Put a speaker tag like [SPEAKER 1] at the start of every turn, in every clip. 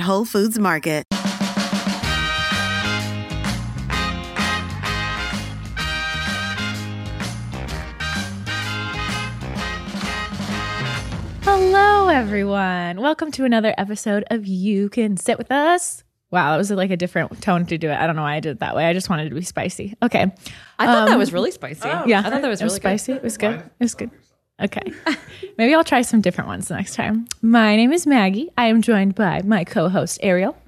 [SPEAKER 1] Whole Foods Market.
[SPEAKER 2] Hello, everyone. Welcome to another episode of You Can Sit With Us. Wow, that was like a different tone to do it. I don't know why I did it that way. I just wanted to be spicy. Okay. Um,
[SPEAKER 3] I thought that was really spicy.
[SPEAKER 2] Yeah.
[SPEAKER 3] I thought that was
[SPEAKER 2] it was
[SPEAKER 3] really
[SPEAKER 2] spicy. It was good. It was good. Okay. Maybe I'll try some different ones next time. My name is Maggie. I am joined by my co host, Ariel.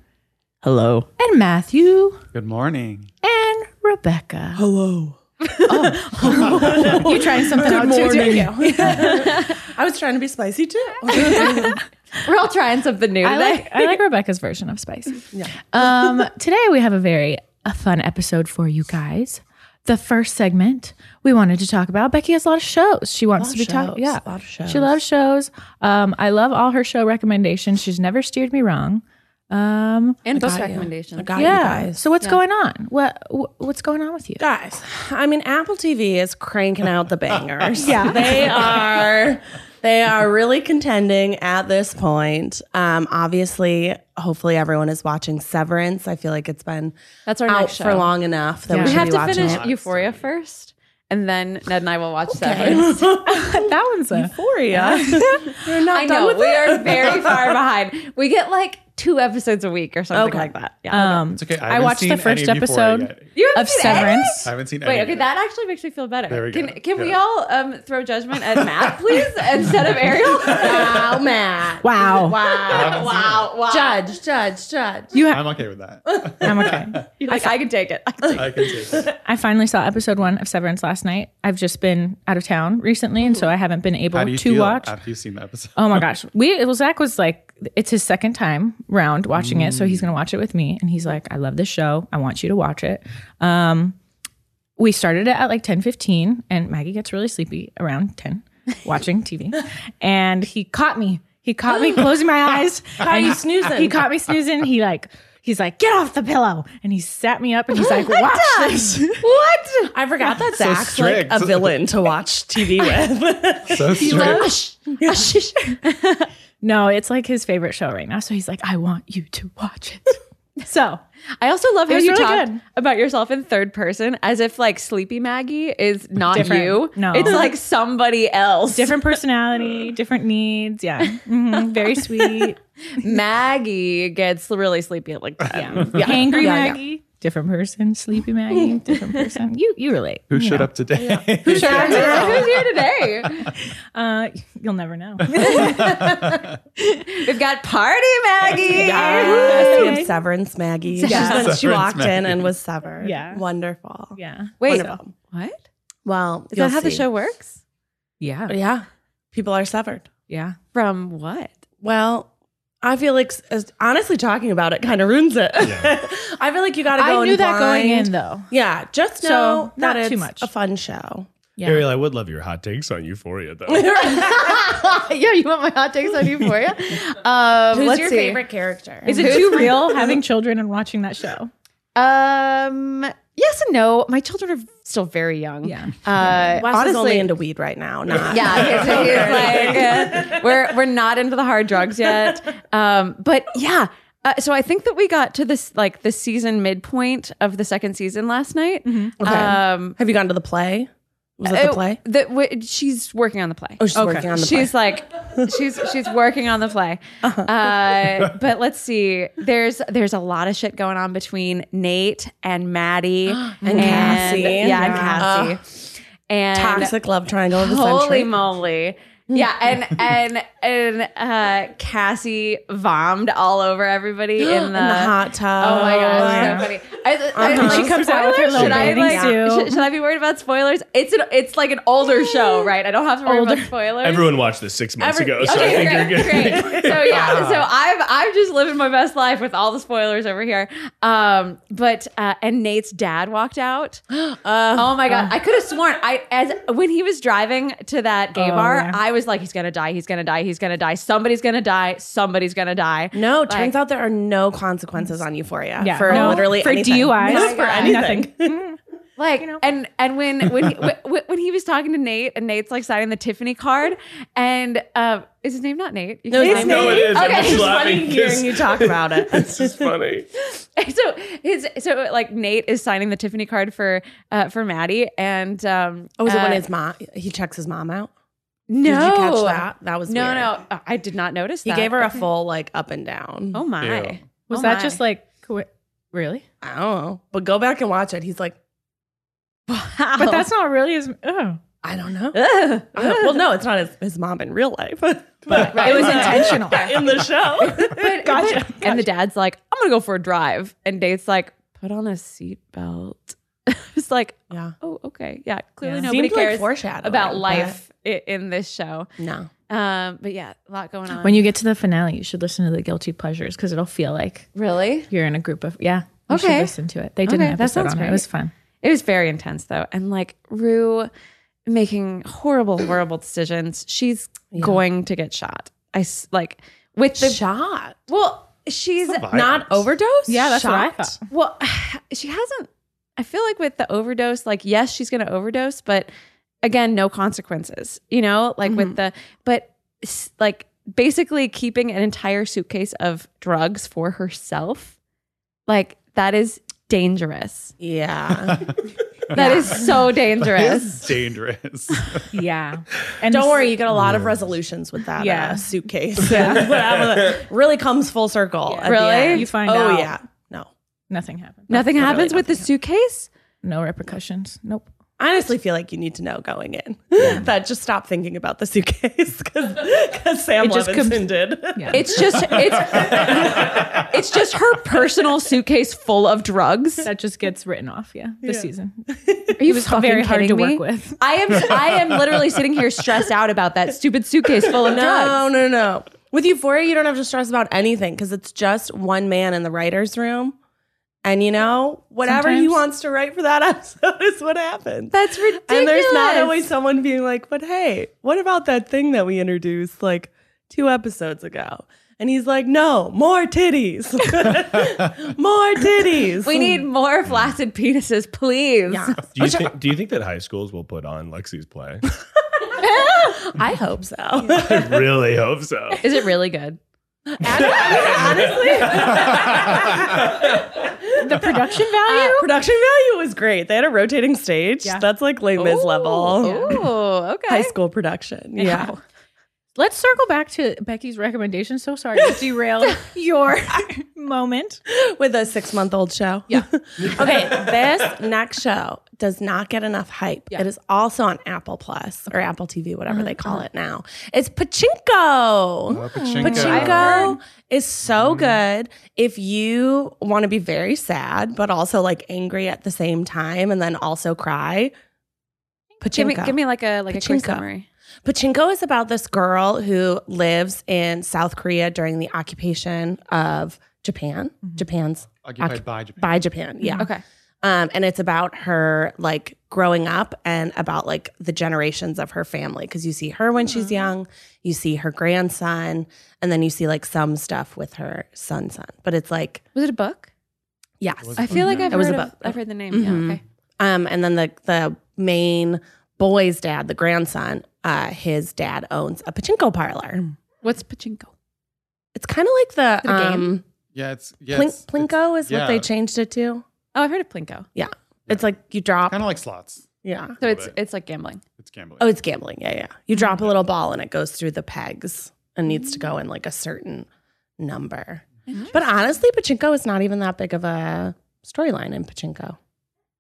[SPEAKER 2] Hello. And Matthew
[SPEAKER 4] Good morning.
[SPEAKER 2] and Rebecca. Hello. Oh, you're trying something out too, too.
[SPEAKER 5] I was trying to be spicy too.
[SPEAKER 3] good. We're all trying something new
[SPEAKER 2] I
[SPEAKER 3] today.
[SPEAKER 2] like, I like Rebecca's version of spice. Um, today we have a very a fun episode for you guys. The first segment we wanted to talk about. Becky has a lot of shows. She wants to be talking. Yeah,
[SPEAKER 5] lot of shows.
[SPEAKER 2] she loves shows. Um, I love all her show recommendations. She's never steered me wrong. Um,
[SPEAKER 3] and book
[SPEAKER 5] Got you.
[SPEAKER 3] recommendations.
[SPEAKER 5] I got
[SPEAKER 2] yeah.
[SPEAKER 5] you guys.
[SPEAKER 2] So what's going on? What wh- what's going on with you?
[SPEAKER 5] guys, I mean, Apple TV is cranking out the bangers. yeah, they are. They are really contending at this point. Um, obviously, hopefully, everyone is watching Severance. I feel like it's been
[SPEAKER 3] That's our
[SPEAKER 5] out
[SPEAKER 3] next show.
[SPEAKER 5] for long enough that
[SPEAKER 2] Yeah.
[SPEAKER 5] we
[SPEAKER 3] We
[SPEAKER 5] should
[SPEAKER 3] have
[SPEAKER 5] be
[SPEAKER 3] to
[SPEAKER 5] watching
[SPEAKER 3] finish
[SPEAKER 5] it.
[SPEAKER 3] Euphoria first, and then Ned and I will watch Severance.
[SPEAKER 2] that one's a
[SPEAKER 5] Euphoria. You're not
[SPEAKER 3] I
[SPEAKER 5] done
[SPEAKER 3] know
[SPEAKER 5] with
[SPEAKER 3] we
[SPEAKER 5] it?
[SPEAKER 3] are very far behind. We get like two episodes a week or something
[SPEAKER 5] Okay.
[SPEAKER 3] like that. Yeah.
[SPEAKER 2] um.
[SPEAKER 4] It's okay. I,
[SPEAKER 2] I,
[SPEAKER 4] haven't
[SPEAKER 2] watched
[SPEAKER 4] seen
[SPEAKER 2] the first
[SPEAKER 4] any before
[SPEAKER 2] episode
[SPEAKER 4] yet.
[SPEAKER 3] you
[SPEAKER 2] of Severance.
[SPEAKER 4] I haven't seen
[SPEAKER 3] Wait,
[SPEAKER 4] any
[SPEAKER 3] okay,
[SPEAKER 4] yet.
[SPEAKER 3] that actually makes me feel better.
[SPEAKER 4] There we
[SPEAKER 3] can
[SPEAKER 4] go.
[SPEAKER 3] can we
[SPEAKER 4] Yeah.
[SPEAKER 3] all um, throw judgment at Matt, please, instead of Ariel?
[SPEAKER 5] Wow, Matt.
[SPEAKER 2] Wow.
[SPEAKER 5] Wow.
[SPEAKER 3] wow, wow.
[SPEAKER 5] Judge, judge, judge.
[SPEAKER 2] You have,
[SPEAKER 4] I'm okay with that.
[SPEAKER 2] I'm okay.
[SPEAKER 3] You're like, I, can take it. I can take it.
[SPEAKER 4] I can see that.
[SPEAKER 2] I finally saw episode one of Severance last night. I've just been out of town recently, and so I haven't been able
[SPEAKER 4] How do you
[SPEAKER 2] to
[SPEAKER 4] feel
[SPEAKER 2] watch.
[SPEAKER 4] after you've seen the episode?
[SPEAKER 2] oh my gosh, we well, Zach was like, it's his second time round watching it, so he's gonna watch it with me, and he's like, I love this show. I want you to watch it. Um, we started it at like ten fifteen, and Maggie gets really sleepy around ten, watching TV, and he caught me. He caught me closing my eyes. Are you snoozing? He caught me snoozing. He like. He's like, get off the pillow. And he sat me up and he's like, watch this.
[SPEAKER 5] What? I forgot that Zach's like
[SPEAKER 4] strict.
[SPEAKER 5] a villain to watch TV with.
[SPEAKER 4] So strict.
[SPEAKER 2] No, it's like his favorite show right now. So he's like, I want you to watch it. so
[SPEAKER 3] I also love
[SPEAKER 2] It
[SPEAKER 3] how
[SPEAKER 2] was
[SPEAKER 3] you
[SPEAKER 2] really
[SPEAKER 3] talked
[SPEAKER 2] good.
[SPEAKER 3] about yourself in third person as if like Sleepy Maggie is not
[SPEAKER 2] Different.
[SPEAKER 3] you.
[SPEAKER 2] No.
[SPEAKER 3] It's like somebody else.
[SPEAKER 2] different personality, different needs. Yeah. Mhm. Very sweet.
[SPEAKER 3] Maggie gets really sleepy at like 10.
[SPEAKER 2] Yeah. Angry
[SPEAKER 3] Yeah, yeah.
[SPEAKER 2] Maggie. Different person. Sleepy Maggie. Different person. You you relate.
[SPEAKER 4] Who
[SPEAKER 2] you
[SPEAKER 4] showed
[SPEAKER 2] know.
[SPEAKER 4] up today? Who
[SPEAKER 3] Sure. Who's here today?
[SPEAKER 2] Uh, you'll never know.
[SPEAKER 3] We've got Party Maggie.
[SPEAKER 5] Yes, we have Severance Maggie.
[SPEAKER 2] Yeah.
[SPEAKER 5] She's been-
[SPEAKER 4] Severance
[SPEAKER 5] she walked in
[SPEAKER 4] Maggie.
[SPEAKER 5] and was severed.
[SPEAKER 2] Yeah.
[SPEAKER 5] Wonderful.
[SPEAKER 2] yeah.
[SPEAKER 3] Wait,
[SPEAKER 5] Wonderful.
[SPEAKER 3] what?
[SPEAKER 5] Well,
[SPEAKER 3] Is
[SPEAKER 5] you'll
[SPEAKER 3] that how the
[SPEAKER 5] see.
[SPEAKER 3] show works? Yeah.
[SPEAKER 5] Yeah. People are severed.
[SPEAKER 2] Yeah.
[SPEAKER 3] From what?
[SPEAKER 5] Well, I feel like s- as- honestly talking about it kind of ruins it. I feel like you got to go
[SPEAKER 2] I
[SPEAKER 5] in
[SPEAKER 2] knew that going
[SPEAKER 5] blind.
[SPEAKER 2] in though.
[SPEAKER 5] Yeah, just
[SPEAKER 2] So,
[SPEAKER 5] know
[SPEAKER 2] not
[SPEAKER 5] that
[SPEAKER 2] too
[SPEAKER 5] it's
[SPEAKER 2] much.
[SPEAKER 5] a fun show.
[SPEAKER 6] Ariel, I would love your hot takes on Euphoria, though.
[SPEAKER 3] yeah, you want my hot takes on Euphoria? Um,
[SPEAKER 5] Who's
[SPEAKER 3] let's
[SPEAKER 5] your
[SPEAKER 3] see.
[SPEAKER 5] favorite character?
[SPEAKER 2] Is it too real having children and watching that show?
[SPEAKER 3] Um, yes and no. My children are still very young.
[SPEAKER 2] Yeah.
[SPEAKER 3] Uh,
[SPEAKER 5] Wes is
[SPEAKER 3] honestly,
[SPEAKER 5] only into weed right now. Not
[SPEAKER 3] Yeah, he's- he's like, uh, we're we're not into the hard drugs yet. Um, but yeah, uh, so I think that we got to this like the season midpoint of the second season last night.
[SPEAKER 5] Okay.
[SPEAKER 3] Um,
[SPEAKER 5] Have you gone to the play? Was it Mm-hmm. the
[SPEAKER 3] uh,
[SPEAKER 5] play?
[SPEAKER 3] the- w- she's working on the play.
[SPEAKER 5] Oh, she's working on the play. Uh-huh.
[SPEAKER 3] she's like she's she's working on the play. Uh, but let's see. There's there's a lot of shit going on between Nate and Maddie and,
[SPEAKER 5] Cassie.
[SPEAKER 3] Yeah, and
[SPEAKER 5] Yeah.
[SPEAKER 3] Cassie. and
[SPEAKER 5] toxic love triangle of the
[SPEAKER 3] Holy
[SPEAKER 5] century.
[SPEAKER 3] moly. Yeah, and and and uh, Cassie vommed all over everybody in the,
[SPEAKER 5] in the hot tub.
[SPEAKER 3] Oh my gosh, so funny! I,
[SPEAKER 2] Uh-huh. She comes out with her little
[SPEAKER 3] Should I,
[SPEAKER 2] bathing
[SPEAKER 3] like,
[SPEAKER 2] suit.
[SPEAKER 3] should, should I be worried about spoilers? It's an, it's like an older show, right? I don't have to worry
[SPEAKER 2] Older.
[SPEAKER 3] about spoilers.
[SPEAKER 6] Everyone watched this six months
[SPEAKER 3] Every-
[SPEAKER 6] ago, so I
[SPEAKER 3] okay,
[SPEAKER 6] think you're good.
[SPEAKER 3] great, great. So yeah, so I've I've just living my best life with all the spoilers over here. Um, but uh, and Nate's dad walked out. oh my god, I could have sworn I as when he was driving to that gay
[SPEAKER 2] Oh,
[SPEAKER 3] bar,
[SPEAKER 2] yeah.
[SPEAKER 3] I was like, he's gonna die, he's gonna die, he's gonna die, somebody's gonna die, somebody's gonna die.
[SPEAKER 5] No,
[SPEAKER 3] Like-
[SPEAKER 5] turns out there are no consequences on Euphoria
[SPEAKER 2] Yeah.
[SPEAKER 5] for
[SPEAKER 2] No.
[SPEAKER 5] literally
[SPEAKER 2] For
[SPEAKER 5] anything.
[SPEAKER 2] DUIs.
[SPEAKER 5] No, for
[SPEAKER 2] Yeah.
[SPEAKER 5] anything.
[SPEAKER 3] like and and when when he, when, when he was talking to Nate and Nate's like signing the Tiffany card and uh, is his name not Nate? You
[SPEAKER 5] No,
[SPEAKER 3] can't-
[SPEAKER 5] his name-
[SPEAKER 6] No, it is.
[SPEAKER 3] Okay.
[SPEAKER 6] I'm
[SPEAKER 3] It's
[SPEAKER 6] just
[SPEAKER 3] funny
[SPEAKER 6] laughing
[SPEAKER 5] Hearing you
[SPEAKER 6] because
[SPEAKER 5] talk about it.
[SPEAKER 6] it's just funny.
[SPEAKER 3] so his so like Nate is signing the Tiffany card for uh, for Maddie and um
[SPEAKER 5] Oh, is it when
[SPEAKER 3] uh,
[SPEAKER 5] his mom? He checks his mom out.
[SPEAKER 3] no
[SPEAKER 5] Did you catch that? That was
[SPEAKER 3] no
[SPEAKER 5] weird.
[SPEAKER 3] no uh, I did not notice
[SPEAKER 5] He
[SPEAKER 3] that.
[SPEAKER 5] gave her a full like up and down.
[SPEAKER 3] oh my
[SPEAKER 6] Yeah.
[SPEAKER 2] Was
[SPEAKER 3] Oh
[SPEAKER 2] that
[SPEAKER 3] my.
[SPEAKER 2] just like co- really?
[SPEAKER 5] I don't know, but go back and watch it. He's like,
[SPEAKER 3] wow
[SPEAKER 2] But that's not really as. Oh,
[SPEAKER 5] I don't know. I don't- well, no, it's not his, his mom in real life, but
[SPEAKER 2] it was intentional.
[SPEAKER 5] in the show.
[SPEAKER 3] but,
[SPEAKER 2] Gotcha,
[SPEAKER 3] but- and the dad's like I'm gonna go for a drive and Nate's like put on a seatbelt it's like
[SPEAKER 5] yeah,
[SPEAKER 3] oh okay yeah clearly
[SPEAKER 2] Yeah.
[SPEAKER 3] nobody
[SPEAKER 5] Seemed like
[SPEAKER 3] cares
[SPEAKER 5] foreshadowing,
[SPEAKER 3] about
[SPEAKER 5] but-
[SPEAKER 3] life i in this show
[SPEAKER 5] no.
[SPEAKER 3] um but yeah a lot going on
[SPEAKER 2] When you get to the finale, you should listen to the guilty pleasures because it'll feel like
[SPEAKER 3] really
[SPEAKER 2] you're in a group of yeah. You should
[SPEAKER 3] Okay.
[SPEAKER 2] listen to it. They did
[SPEAKER 3] Okay,
[SPEAKER 2] an
[SPEAKER 3] that
[SPEAKER 2] episode
[SPEAKER 3] sounds
[SPEAKER 2] on it.
[SPEAKER 3] great.
[SPEAKER 2] It was fun.
[SPEAKER 3] It was very intense though. And like Rue making horrible, horrible decisions. She's going to get shot. I s- like with the
[SPEAKER 5] Shot,
[SPEAKER 3] well, she's
[SPEAKER 5] not overdose.
[SPEAKER 2] Yeah, that's what I
[SPEAKER 5] Shot?
[SPEAKER 2] thought.
[SPEAKER 3] well, she hasn't. I feel like with the overdose, like yes, she's going to overdose, but again, no consequences. You know, like with the but s- like basically keeping an entire suitcase of drugs for herself, like that is dangerous.
[SPEAKER 5] Yeah,
[SPEAKER 3] That is so dangerous.
[SPEAKER 4] It's dangerous.
[SPEAKER 2] Yeah, and
[SPEAKER 5] don't worry, you get a lot of resolutions with that
[SPEAKER 2] Yeah.
[SPEAKER 5] uh, suitcase. Yeah, really comes full circle. at the
[SPEAKER 3] Really?
[SPEAKER 5] end.
[SPEAKER 2] You find
[SPEAKER 5] oh
[SPEAKER 2] out.
[SPEAKER 5] yeah, no.
[SPEAKER 2] Nothing happened.
[SPEAKER 3] Nothing happens with the suitcase?
[SPEAKER 2] No repercussions. Nope.
[SPEAKER 5] I honestly feel like you need to know going in that just stop thinking about the suitcase because Sam
[SPEAKER 2] It just
[SPEAKER 5] Levinson
[SPEAKER 2] comes-
[SPEAKER 5] did.
[SPEAKER 2] Yeah.
[SPEAKER 3] It's just it's it's just her personal suitcase full of drugs.
[SPEAKER 2] that just gets written off. Yeah, this season.
[SPEAKER 3] Are you
[SPEAKER 2] was very hard to work with.
[SPEAKER 3] I am I am literally sitting here stressed out about that stupid suitcase full of drugs.
[SPEAKER 5] No, no, no. With Euphoria, you don't have to stress about anything because it's just one man in the writer's room. And you know, whatever he
[SPEAKER 2] Sometimes.
[SPEAKER 5] wants to write for that episode is what happens.
[SPEAKER 3] That's ridiculous.
[SPEAKER 5] and there's not always someone being like, but hey, what about that thing that we introduced like two episodes ago? And he's like, no, more titties. more titties.
[SPEAKER 3] We need more flaccid penises, please.
[SPEAKER 5] Yeah.
[SPEAKER 6] Do you, think, do you think that high schools will put on Lexi's play?
[SPEAKER 5] I hope so.
[SPEAKER 6] I really hope so.
[SPEAKER 3] Is it really good?
[SPEAKER 2] The production value.
[SPEAKER 5] Uh, production value was great. They had a rotating stage.
[SPEAKER 2] Yeah.
[SPEAKER 5] That's like Les Mis level
[SPEAKER 3] Oh, okay.
[SPEAKER 5] high school production. Yeah.
[SPEAKER 2] Let's circle back to Becky's recommendation. So sorry to derail your moment.
[SPEAKER 5] with a six month old show. Yeah. okay. This next show does not get enough hype. It is also on Apple Plus or Apple TV, whatever they
[SPEAKER 3] Uh-huh.
[SPEAKER 5] call it now. It's Pachinko.
[SPEAKER 3] Mm-hmm.
[SPEAKER 4] Pachinko.
[SPEAKER 5] Pachinko is so good if you want to be very sad, but also like angry at the same time and then also cry. Pachinko.
[SPEAKER 3] Give me give me like a like a quick
[SPEAKER 5] Pachinko.
[SPEAKER 3] summary.
[SPEAKER 5] Pachinko is about this girl who lives in South Korea during the occupation of Japan.
[SPEAKER 3] Mm-hmm.
[SPEAKER 5] Japan's
[SPEAKER 4] Occupied by Japan.
[SPEAKER 5] by Japan. Yeah.
[SPEAKER 3] Okay.
[SPEAKER 5] Um, and it's about her like growing up and about like the generations of her family because you see her when
[SPEAKER 3] Mm-hmm.
[SPEAKER 5] she's young, you see her grandson, and then you see like some stuff with her son son. But it's like
[SPEAKER 3] Was it a book?
[SPEAKER 5] yes,
[SPEAKER 3] I feel like I've
[SPEAKER 5] It was
[SPEAKER 3] heard
[SPEAKER 5] a
[SPEAKER 3] of-
[SPEAKER 5] book.
[SPEAKER 3] I've heard the name.
[SPEAKER 5] Mhm.
[SPEAKER 3] Yeah, okay.
[SPEAKER 5] Um, and then the the main boy's dad, the grandson, uh, his dad owns a pachinko parlor.
[SPEAKER 3] What's pachinko?
[SPEAKER 5] It's kind of like the,
[SPEAKER 3] Mm. Is it a game?
[SPEAKER 5] um,
[SPEAKER 4] Yeah, it's yeah,
[SPEAKER 5] plink,
[SPEAKER 4] it's-
[SPEAKER 5] plinko
[SPEAKER 4] it's-
[SPEAKER 5] is what they
[SPEAKER 4] yeah.
[SPEAKER 5] changed it to.
[SPEAKER 3] Oh, I've heard of plinko.
[SPEAKER 5] It's like you drop,
[SPEAKER 4] Kind of like slots.
[SPEAKER 5] yeah.
[SPEAKER 3] So
[SPEAKER 4] Love
[SPEAKER 3] it's
[SPEAKER 4] it.
[SPEAKER 3] it's like gambling.
[SPEAKER 4] It's gambling.
[SPEAKER 5] Oh, it's gambling. Yeah, yeah. You drop a little ball and it goes through the pegs and needs to go in like a certain number. But honestly, Pachinko is not even that big of a storyline in Pachinko.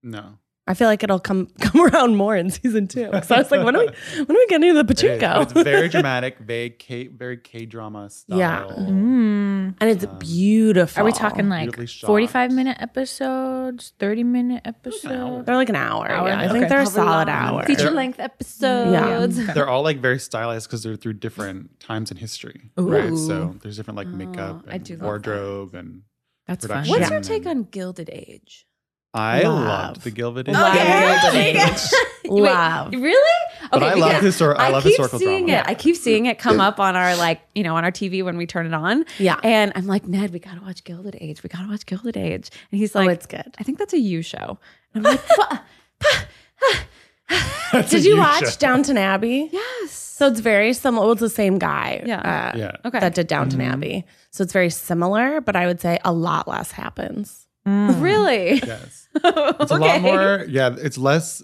[SPEAKER 4] no.
[SPEAKER 5] I feel like it'll come come around more in season two. Because I was like, when are we when are we getting to the
[SPEAKER 4] It is, but
[SPEAKER 5] Pachuco?
[SPEAKER 4] It's very dramatic, very K, very K drama style.
[SPEAKER 5] Yeah.
[SPEAKER 2] Mm. Mm-hmm.
[SPEAKER 5] and
[SPEAKER 4] Uh,
[SPEAKER 5] it's beautiful.
[SPEAKER 2] Are we talking
[SPEAKER 4] Beautifully
[SPEAKER 2] like
[SPEAKER 4] shot.
[SPEAKER 2] 45 minute episodes, 30 minute episodes?
[SPEAKER 5] They're like an hour.
[SPEAKER 2] Hour,
[SPEAKER 5] yeah. I
[SPEAKER 2] okay.
[SPEAKER 5] think they're a
[SPEAKER 3] Probably
[SPEAKER 5] solid
[SPEAKER 3] long.
[SPEAKER 5] hour.
[SPEAKER 3] Feature length episodes.
[SPEAKER 4] They're all like very stylized because they're through different times in history, right? So there's different like makeup
[SPEAKER 3] I do
[SPEAKER 4] and
[SPEAKER 3] love that.
[SPEAKER 4] wardrobe, and
[SPEAKER 2] That's fun.
[SPEAKER 4] Production.
[SPEAKER 3] What's
[SPEAKER 4] Yeah.
[SPEAKER 3] your take on Gilded Age?
[SPEAKER 4] I
[SPEAKER 5] Love. Oh,
[SPEAKER 4] loved the Gilded Age.
[SPEAKER 5] Love
[SPEAKER 3] yeah?
[SPEAKER 5] Gilded Age. Love.
[SPEAKER 3] Really? Okay,
[SPEAKER 4] But I love
[SPEAKER 3] because
[SPEAKER 4] histor- I love
[SPEAKER 3] keep
[SPEAKER 4] historical
[SPEAKER 3] seeing
[SPEAKER 4] drama.
[SPEAKER 3] it. I keep seeing it come up on our like you know on our TV when we turn it on.
[SPEAKER 5] Yeah.
[SPEAKER 3] and I'm like Ned, we gotta watch Gilded Age. We gotta watch Gilded Age, and he's
[SPEAKER 5] Oh,
[SPEAKER 3] like,
[SPEAKER 5] it's good.
[SPEAKER 3] I think that's a you show. And I'm like, "What?"
[SPEAKER 5] Did you watch Downton Abbey?
[SPEAKER 3] yes.
[SPEAKER 5] So it's very similar. Well, it's the same guy.
[SPEAKER 3] Yeah.
[SPEAKER 5] uh,
[SPEAKER 4] Yeah.
[SPEAKER 3] Okay.
[SPEAKER 5] That did Downton
[SPEAKER 4] Mm-hmm.
[SPEAKER 5] Abbey. So it's very similar, but I would say a lot less happens.
[SPEAKER 2] Mm.
[SPEAKER 3] Really?
[SPEAKER 4] Yes. It's
[SPEAKER 3] okay.
[SPEAKER 4] a lot more, yeah, it's less